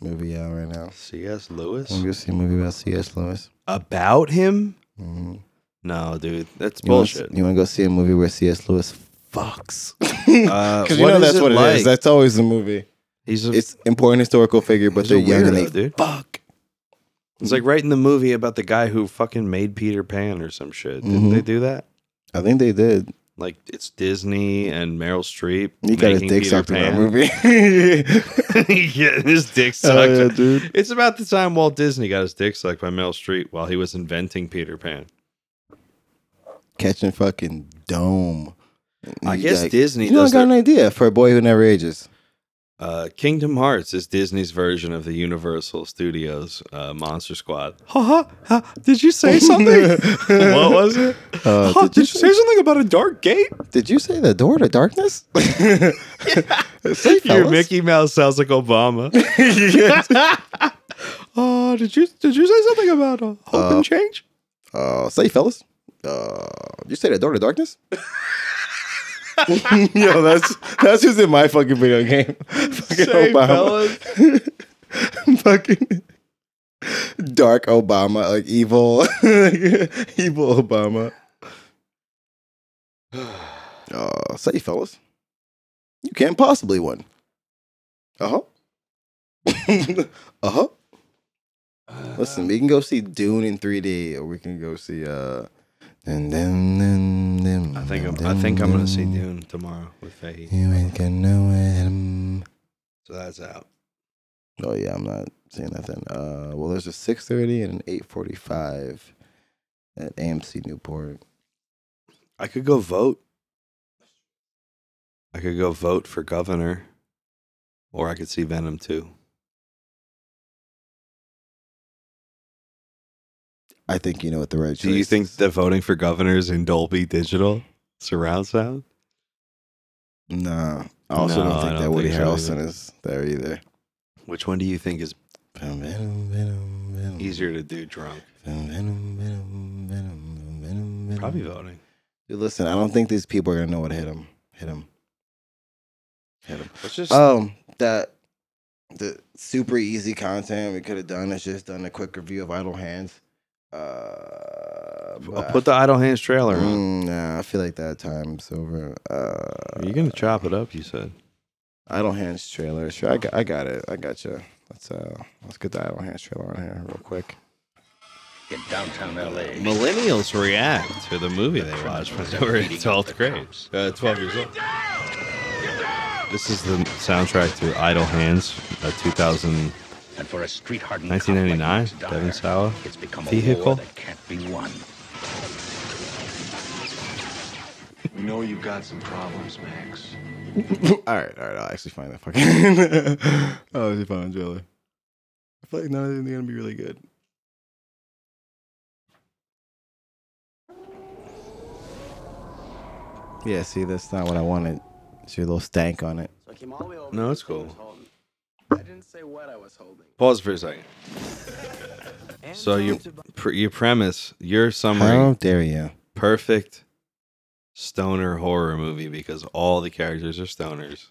[SPEAKER 3] movie out right now.
[SPEAKER 4] C.S.
[SPEAKER 3] I'm
[SPEAKER 4] Lewis.
[SPEAKER 3] gonna see a movie about C.S. Lewis.
[SPEAKER 4] About him? Mm-hmm.
[SPEAKER 3] Mhm.
[SPEAKER 4] No, dude, that's
[SPEAKER 3] You wanna-
[SPEAKER 4] bullshit.
[SPEAKER 3] You want to go see a movie where C.S. Lewis fucks?
[SPEAKER 4] Uh,
[SPEAKER 3] Because you know
[SPEAKER 4] is
[SPEAKER 3] that's what it
[SPEAKER 4] like?
[SPEAKER 3] is. That's always the movie.
[SPEAKER 4] He's a,
[SPEAKER 3] It's important historical figure, but
[SPEAKER 4] he's a
[SPEAKER 3] they're young and they
[SPEAKER 4] weirdo, dude.
[SPEAKER 3] fuck.
[SPEAKER 4] It's like writing the movie about the guy who fucking made Peter Pan or some shit. Didn't
[SPEAKER 3] Mhm.
[SPEAKER 4] they do that?
[SPEAKER 3] I think they did.
[SPEAKER 4] Like it's Disney and Meryl Streep.
[SPEAKER 3] He got his
[SPEAKER 4] making
[SPEAKER 3] dick
[SPEAKER 4] Peter
[SPEAKER 3] sucked in that
[SPEAKER 4] Pan.
[SPEAKER 3] movie.
[SPEAKER 4] yeah, his dick
[SPEAKER 3] Hell
[SPEAKER 4] sucked.
[SPEAKER 3] yeah, dude.
[SPEAKER 4] It's about the time Walt Disney got his dick sucked by Meryl Streep while he was inventing Peter Pan.
[SPEAKER 3] Catching fucking dome.
[SPEAKER 4] I
[SPEAKER 3] You
[SPEAKER 4] guess
[SPEAKER 3] like-
[SPEAKER 4] Disney
[SPEAKER 3] You know, I
[SPEAKER 4] does
[SPEAKER 3] got an
[SPEAKER 4] their-
[SPEAKER 3] idea for a boy who never ages.
[SPEAKER 4] Uh, Kingdom Hearts is Disney's version of the Universal Studios uh, Monster Squad. Ha ha! ha did you say something? what was it?
[SPEAKER 3] Uh,
[SPEAKER 4] Huh,
[SPEAKER 3] did you say-
[SPEAKER 4] something about a dark gate?
[SPEAKER 3] Did you say the door to darkness? Say,
[SPEAKER 4] Your
[SPEAKER 3] fellas.
[SPEAKER 4] Mickey Mouse sounds like Obama. Oh, did you did you say something about uh, hope and change?
[SPEAKER 3] Uh, say, fellas. Uh, you say the door to darkness? Yo, that's that's who's in my fucking video game. Fucking
[SPEAKER 4] Say,
[SPEAKER 3] Obama.
[SPEAKER 4] fellas.
[SPEAKER 3] fucking dark Obama, like evil, evil Obama. Uh, say, fellas, you can't possibly win. Uh huh. uh huh. Listen, we can go see Dune in 3D, or we can go see uh. Dun, dun, dun, dun,
[SPEAKER 4] I think I'm,
[SPEAKER 3] dun,
[SPEAKER 4] I think I'm gonna
[SPEAKER 3] dun.
[SPEAKER 4] see Dune tomorrow with Fahey.
[SPEAKER 3] You ain't gonna know Mm. him.
[SPEAKER 4] So that's out.
[SPEAKER 3] Oh yeah, I'm not saying nothing. Uh, well, there's a 6:30 and an 8:45 at AMC Newport.
[SPEAKER 4] I could go vote. I could go vote for governor, or I could see Venom too.
[SPEAKER 3] I think you know what the right choice.
[SPEAKER 4] Do you think
[SPEAKER 3] is.
[SPEAKER 4] that voting for governors in Dolby Digital surround sound?
[SPEAKER 3] Nah. I also
[SPEAKER 4] No,
[SPEAKER 3] don't
[SPEAKER 4] I
[SPEAKER 3] think
[SPEAKER 4] don't
[SPEAKER 3] that Woody
[SPEAKER 4] think so
[SPEAKER 3] Harrelson
[SPEAKER 4] either.
[SPEAKER 3] is there either.
[SPEAKER 4] Which one do you think is
[SPEAKER 3] Venom, venom, venom.
[SPEAKER 4] easier to do drunk?
[SPEAKER 3] Venom, venom, venom, venom, venom, venom.
[SPEAKER 4] Probably voting.
[SPEAKER 3] Dude, listen, I don't think these people are gonna know what hit him. Hit him. Hit him.
[SPEAKER 4] Let's just
[SPEAKER 3] Um, that the super easy content we could have done is just done a quick review of Idle Hands. Uh,
[SPEAKER 4] I'll put the Idle Hands trailer on.
[SPEAKER 3] Mm, nah, I feel like that time's over. Uh,
[SPEAKER 4] You're gonna chop it up, you said.
[SPEAKER 3] Idle Hands trailer. Sure, I got, I got it. I got you. Let's uh, let's get the Idle Hands trailer on here real quick.
[SPEAKER 5] In downtown LA,
[SPEAKER 4] Millennials react to the movie they watched when they were in 12th grade, uh, 12 years old. This is the soundtrack to Idle Hands, a 2000
[SPEAKER 5] and for a street hardened
[SPEAKER 4] 1999
[SPEAKER 5] cop like Max
[SPEAKER 4] Devin
[SPEAKER 5] Dyer,
[SPEAKER 4] Sawa
[SPEAKER 5] it's become a
[SPEAKER 4] vehicle.
[SPEAKER 5] war that can't be won.
[SPEAKER 1] We know you got some problems, Max.
[SPEAKER 3] all right, all right. I'll actually find that fucking. I'll actually find the trailer. I feel like none of them are gonna be really good. Yeah, see, that's not what I wanted. It's your little stank on it.
[SPEAKER 8] So I came all the way over.
[SPEAKER 4] No,
[SPEAKER 8] to
[SPEAKER 4] it's
[SPEAKER 8] see what I was
[SPEAKER 4] cool.
[SPEAKER 8] holding. I didn't say what I was holding.
[SPEAKER 4] Pause for a second.
[SPEAKER 8] And
[SPEAKER 4] So your
[SPEAKER 8] something about-
[SPEAKER 4] pr- your premise, your summary,
[SPEAKER 3] How dare you?
[SPEAKER 4] perfect stoner horror movie because all the characters are stoners.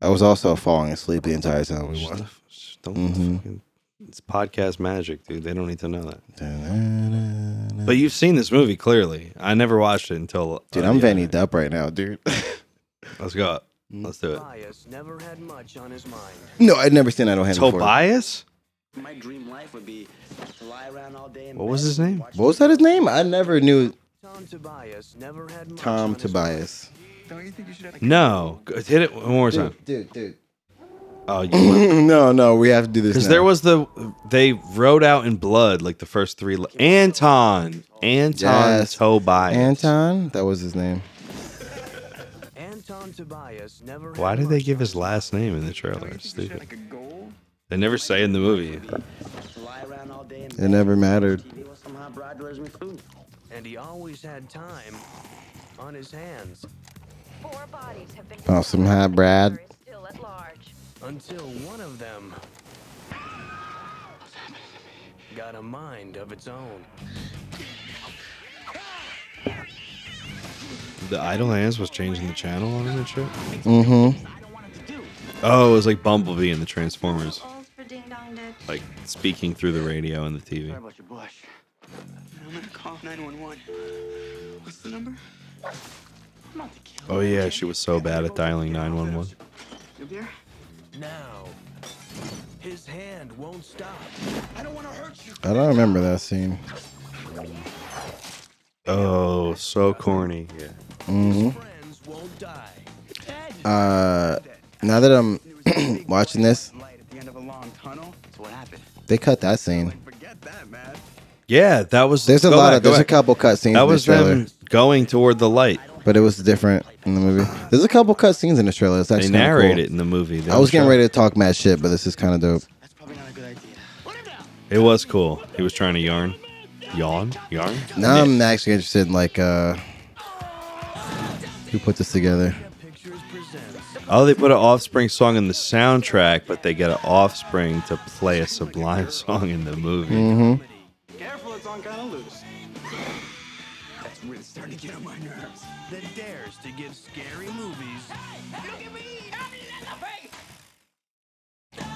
[SPEAKER 3] I was also falling asleep the entire time we
[SPEAKER 4] Just
[SPEAKER 3] watched.
[SPEAKER 4] the f- just don't
[SPEAKER 3] Mhm.
[SPEAKER 4] fucking It's podcast magic, dude. They don't need to know that. But you've seen this movie clearly. I never watched it until.
[SPEAKER 3] Dude,
[SPEAKER 4] uh,
[SPEAKER 3] I'm
[SPEAKER 4] yeah.
[SPEAKER 3] Vanny up right now, dude.
[SPEAKER 4] Let's go. up. Let's do it.
[SPEAKER 7] Bias never had much on his mind.
[SPEAKER 3] no, I'd never seen I don't have before.
[SPEAKER 4] Tobias?
[SPEAKER 8] My dream life would be to lie around all day.
[SPEAKER 4] What was his name?
[SPEAKER 3] What was that his name? I never knew
[SPEAKER 7] Tom Tobias never had much on
[SPEAKER 3] Tom
[SPEAKER 7] his
[SPEAKER 3] Tobias.
[SPEAKER 4] No. Go- Hit it one more time.
[SPEAKER 3] Dude, dude, dude.
[SPEAKER 4] Oh, you
[SPEAKER 3] no, no, we have to do this.
[SPEAKER 4] Because
[SPEAKER 3] Because
[SPEAKER 4] there was the. They wrote out in blood like the first three. Li- Anton. Anton
[SPEAKER 3] Yes.
[SPEAKER 4] Tobias.
[SPEAKER 3] Anton, that was his name.
[SPEAKER 7] And Tom Tobias never
[SPEAKER 4] Why
[SPEAKER 7] had
[SPEAKER 4] did they
[SPEAKER 7] much
[SPEAKER 4] give
[SPEAKER 7] on
[SPEAKER 4] his last name in the trailer? It's Stupid. They never say in the movie.
[SPEAKER 8] To lie around all day and
[SPEAKER 3] It never mattered.
[SPEAKER 8] TV while some hot broad delivers me food.
[SPEAKER 7] and he always had time on his hands
[SPEAKER 9] Four bodies have been
[SPEAKER 3] Awesome. Hi, Oh, Brad.
[SPEAKER 9] Is Still at large.
[SPEAKER 7] until one of them got a mind of its own.
[SPEAKER 4] The Idle Hands was changing the channel on that shit.
[SPEAKER 3] Mm-hmm.
[SPEAKER 4] Oh, it was like Bumblebee in the Transformers,
[SPEAKER 9] All's for ding dong ditch.
[SPEAKER 4] like speaking through the radio and the TV.
[SPEAKER 6] about your bush. I'm gonna call 911. What's the number? I'm not the killer.
[SPEAKER 4] Oh yeah, she was so bad at dialing 911.
[SPEAKER 6] You there?
[SPEAKER 7] Now, his hand won't stop.
[SPEAKER 3] I don't remember that scene.
[SPEAKER 4] Oh, so corny. Yeah.
[SPEAKER 3] Mm-hmm.
[SPEAKER 7] Friends won't die.
[SPEAKER 3] Uh, now that I'm watching this,
[SPEAKER 6] Light at the end of a long tunnel. So what happened?
[SPEAKER 3] they cut that scene.
[SPEAKER 2] Forget that, man.
[SPEAKER 4] Yeah, that was.
[SPEAKER 3] There's a
[SPEAKER 4] go
[SPEAKER 3] lot
[SPEAKER 4] back,
[SPEAKER 3] of
[SPEAKER 4] go
[SPEAKER 3] there's a
[SPEAKER 4] back.
[SPEAKER 3] couple cut scenes
[SPEAKER 4] That
[SPEAKER 3] in
[SPEAKER 4] was
[SPEAKER 3] this trailer,
[SPEAKER 4] them going toward the light.
[SPEAKER 3] but it was different in the movie. There's a couple cut scenes in this trailer. It's
[SPEAKER 4] They
[SPEAKER 3] actually kinda cool.
[SPEAKER 4] narrate it in the movie. They
[SPEAKER 3] I was
[SPEAKER 4] don't
[SPEAKER 3] getting
[SPEAKER 4] show-
[SPEAKER 3] ready to talk mad shit, but this is kind of dope.
[SPEAKER 6] That's probably not a good idea.
[SPEAKER 4] It was cool. He was trying to yarn, yawn, yarn.
[SPEAKER 3] Now I'm actually interested in like uh, who put this together.
[SPEAKER 7] Pictures presents
[SPEAKER 4] Oh, they put an Offspring song in the soundtrack, but they get an Offspring to play a Sublime song in the movie.
[SPEAKER 3] Mm-hmm.
[SPEAKER 6] Careful, it's on kind of loose. That's where it's starting to get on my nerves.
[SPEAKER 7] that dares to give scary movies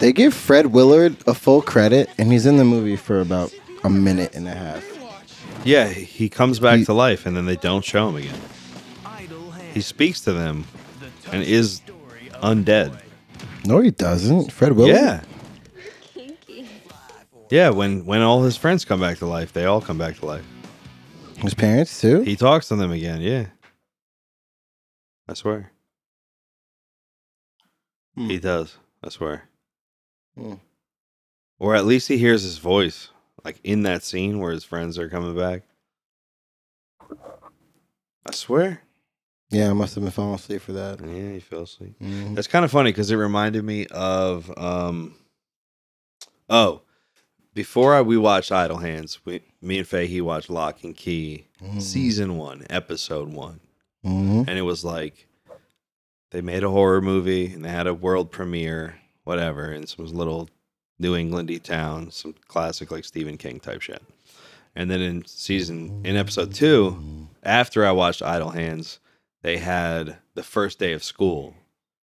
[SPEAKER 3] They give Fred Willard a full credit, and he's in the movie for about a minute and a half.
[SPEAKER 4] Yeah, he comes back
[SPEAKER 3] He-
[SPEAKER 4] to life, and then they don't show him again.
[SPEAKER 7] idle hands.
[SPEAKER 4] He speaks to them
[SPEAKER 7] the
[SPEAKER 4] and
[SPEAKER 7] touching
[SPEAKER 4] is
[SPEAKER 7] story of
[SPEAKER 4] undead.
[SPEAKER 3] No, he doesn't. Fred Willard.
[SPEAKER 4] Yeah,
[SPEAKER 9] Kinky.
[SPEAKER 4] yeah. When when all his friends come back to life, they all come back to life.
[SPEAKER 3] His parents too.
[SPEAKER 4] He talks to them again. Yeah, I swear.
[SPEAKER 3] Hmm.
[SPEAKER 4] He does. I swear.
[SPEAKER 3] Hmm.
[SPEAKER 4] Or at least he hears his voice, like in that scene where his friends are coming back. I swear.
[SPEAKER 3] Yeah, I must have been falling asleep for that.
[SPEAKER 4] Yeah, he fell asleep.
[SPEAKER 3] Mhm.
[SPEAKER 4] That's kind of funny because it reminded me of um oh before I we watched Idle Hands, we, me and Faye he watched Lock and Key season one, episode one,
[SPEAKER 3] Mhm.
[SPEAKER 4] and it was like they made a horror movie and they had a world premiere, whatever, in some little New Englandy town, some classic like Stephen King type shit. And then in season in episode two, after I watched Idle Hands, they had the first day of school.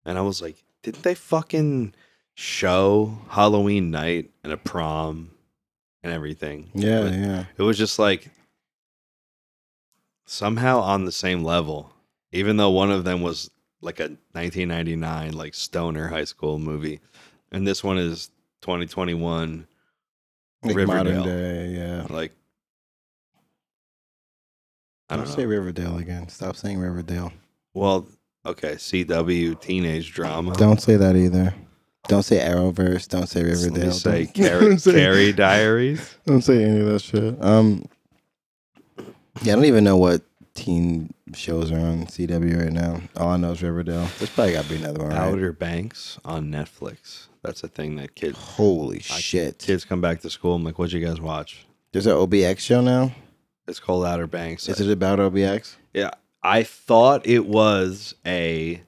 [SPEAKER 4] And I was like, didn't they fucking show Halloween night and a prom and everything?
[SPEAKER 3] Yeah,
[SPEAKER 4] But
[SPEAKER 3] yeah.
[SPEAKER 4] It was just like somehow on the same level, even though one of them was like a 1999 like stoner high school movie, and this one is 2021
[SPEAKER 3] Like
[SPEAKER 4] Riverdale.
[SPEAKER 3] modern day. Yeah.
[SPEAKER 4] like I
[SPEAKER 3] I
[SPEAKER 4] don't
[SPEAKER 3] don't say
[SPEAKER 4] know.
[SPEAKER 3] Riverdale again. Stop saying Riverdale.
[SPEAKER 4] Well, okay, CW teenage drama.
[SPEAKER 3] Don't say that either. Don't say Arrowverse. Don't say
[SPEAKER 4] Let me
[SPEAKER 3] Riverdale.
[SPEAKER 4] say
[SPEAKER 3] Don't-
[SPEAKER 4] Carrie,
[SPEAKER 3] don't say-
[SPEAKER 4] Carrie Diaries.
[SPEAKER 3] Don't say any of that shit. Um. Yeah, I don't even know what teen shows are on CW right now. All I know is Riverdale. There's probably got to be another one. Right?
[SPEAKER 4] Outer Banks on Netflix. That's a thing that kids
[SPEAKER 3] Holy shit!
[SPEAKER 4] kids come back to school. I'm like, what'd you guys watch?
[SPEAKER 3] There's an OBX show now.
[SPEAKER 4] It's called Outer Banks.
[SPEAKER 3] Is it about OBX?
[SPEAKER 4] Yeah, I thought it was a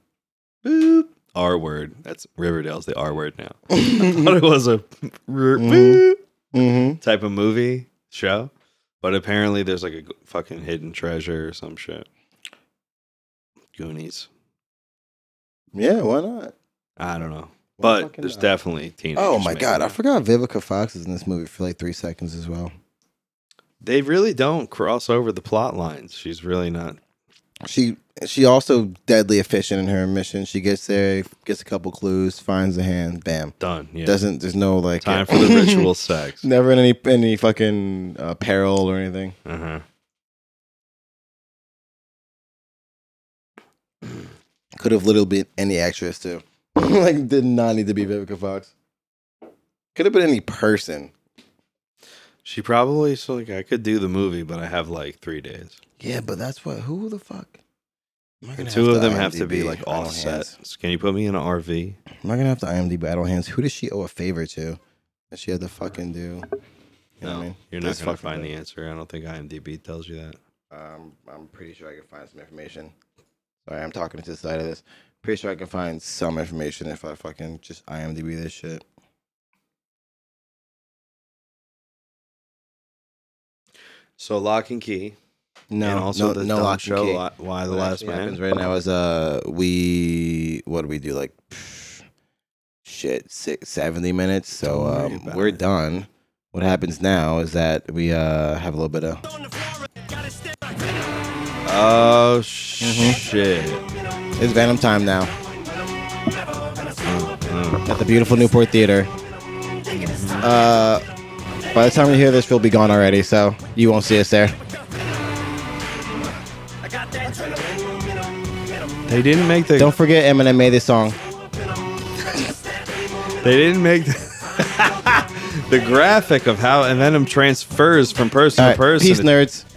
[SPEAKER 4] boop R word. That's Riverdale's the R word now. I thought it was a r- boop
[SPEAKER 3] Mm-hmm.
[SPEAKER 4] type of movie show, but apparently there's like a g- fucking hidden treasure or some shit. Goonies.
[SPEAKER 3] Yeah, why not?
[SPEAKER 4] I don't know. But
[SPEAKER 3] fucking
[SPEAKER 4] there's
[SPEAKER 3] not?
[SPEAKER 4] definitely teenagers.
[SPEAKER 3] Oh my
[SPEAKER 4] making
[SPEAKER 3] god, I
[SPEAKER 4] it.
[SPEAKER 3] forgot Vivica Fox is in this movie for like three seconds as well.
[SPEAKER 4] They really don't cross over the plot lines. She's really not.
[SPEAKER 3] She she also deadly efficient in her mission. She gets there, gets a couple clues, finds the hand, bam.
[SPEAKER 4] Done. Yeah.
[SPEAKER 3] Doesn't there's no like
[SPEAKER 4] Time for the ritual sex.
[SPEAKER 3] never in any any fucking uh, peril or anything.
[SPEAKER 4] Uh-huh.
[SPEAKER 3] Could have literally been any actress too. like did not need to be Vivica Fox. Could have been any person.
[SPEAKER 4] She probably so like I could do the movie, but I have like three days.
[SPEAKER 3] Yeah, but that's what who the fuck. Am I gonna
[SPEAKER 4] And two of them have to
[SPEAKER 3] IMDb
[SPEAKER 4] be like all
[SPEAKER 3] Idle
[SPEAKER 4] set.
[SPEAKER 3] Hands?
[SPEAKER 4] Can you put me in an RV?
[SPEAKER 3] I'm not gonna have to IMDb Idle Hands. Who does she owe a favor to? That she had to fucking do. You know what
[SPEAKER 4] No,
[SPEAKER 3] I mean?
[SPEAKER 4] you're not
[SPEAKER 3] This
[SPEAKER 4] gonna
[SPEAKER 3] fucking
[SPEAKER 4] find
[SPEAKER 3] thing.
[SPEAKER 4] the answer. I don't think IMDb tells you that.
[SPEAKER 3] Um, I'm pretty sure I can find some information. Sorry, I'm talking to the side of this. Pretty sure I can find some information if I fucking just IMDb this shit.
[SPEAKER 4] So lock and key.
[SPEAKER 3] No,
[SPEAKER 4] and also
[SPEAKER 3] no,
[SPEAKER 4] the
[SPEAKER 3] no
[SPEAKER 4] don't
[SPEAKER 3] lock
[SPEAKER 4] show
[SPEAKER 3] and key.
[SPEAKER 4] Li- why the
[SPEAKER 3] What
[SPEAKER 4] last
[SPEAKER 3] actually
[SPEAKER 4] man.
[SPEAKER 3] happens right now is uh we what do we do like shit six, 70 minutes so
[SPEAKER 4] Don't worry
[SPEAKER 3] um,
[SPEAKER 4] about
[SPEAKER 3] we're
[SPEAKER 4] it.
[SPEAKER 3] done what happens now is that we uh have a little bit of
[SPEAKER 4] Oh
[SPEAKER 3] Mm-hmm.
[SPEAKER 4] shit!
[SPEAKER 3] it's venom time now
[SPEAKER 4] Mm.
[SPEAKER 3] at the beautiful newport theater uh by the time you hear this we'll be gone already so you won't see us there
[SPEAKER 4] They didn't make the.
[SPEAKER 3] don't forget eminem made this song
[SPEAKER 4] They didn't make the, the graphic of how Venom transfers from person
[SPEAKER 3] all
[SPEAKER 4] to
[SPEAKER 3] right
[SPEAKER 4] person.
[SPEAKER 3] peace nerds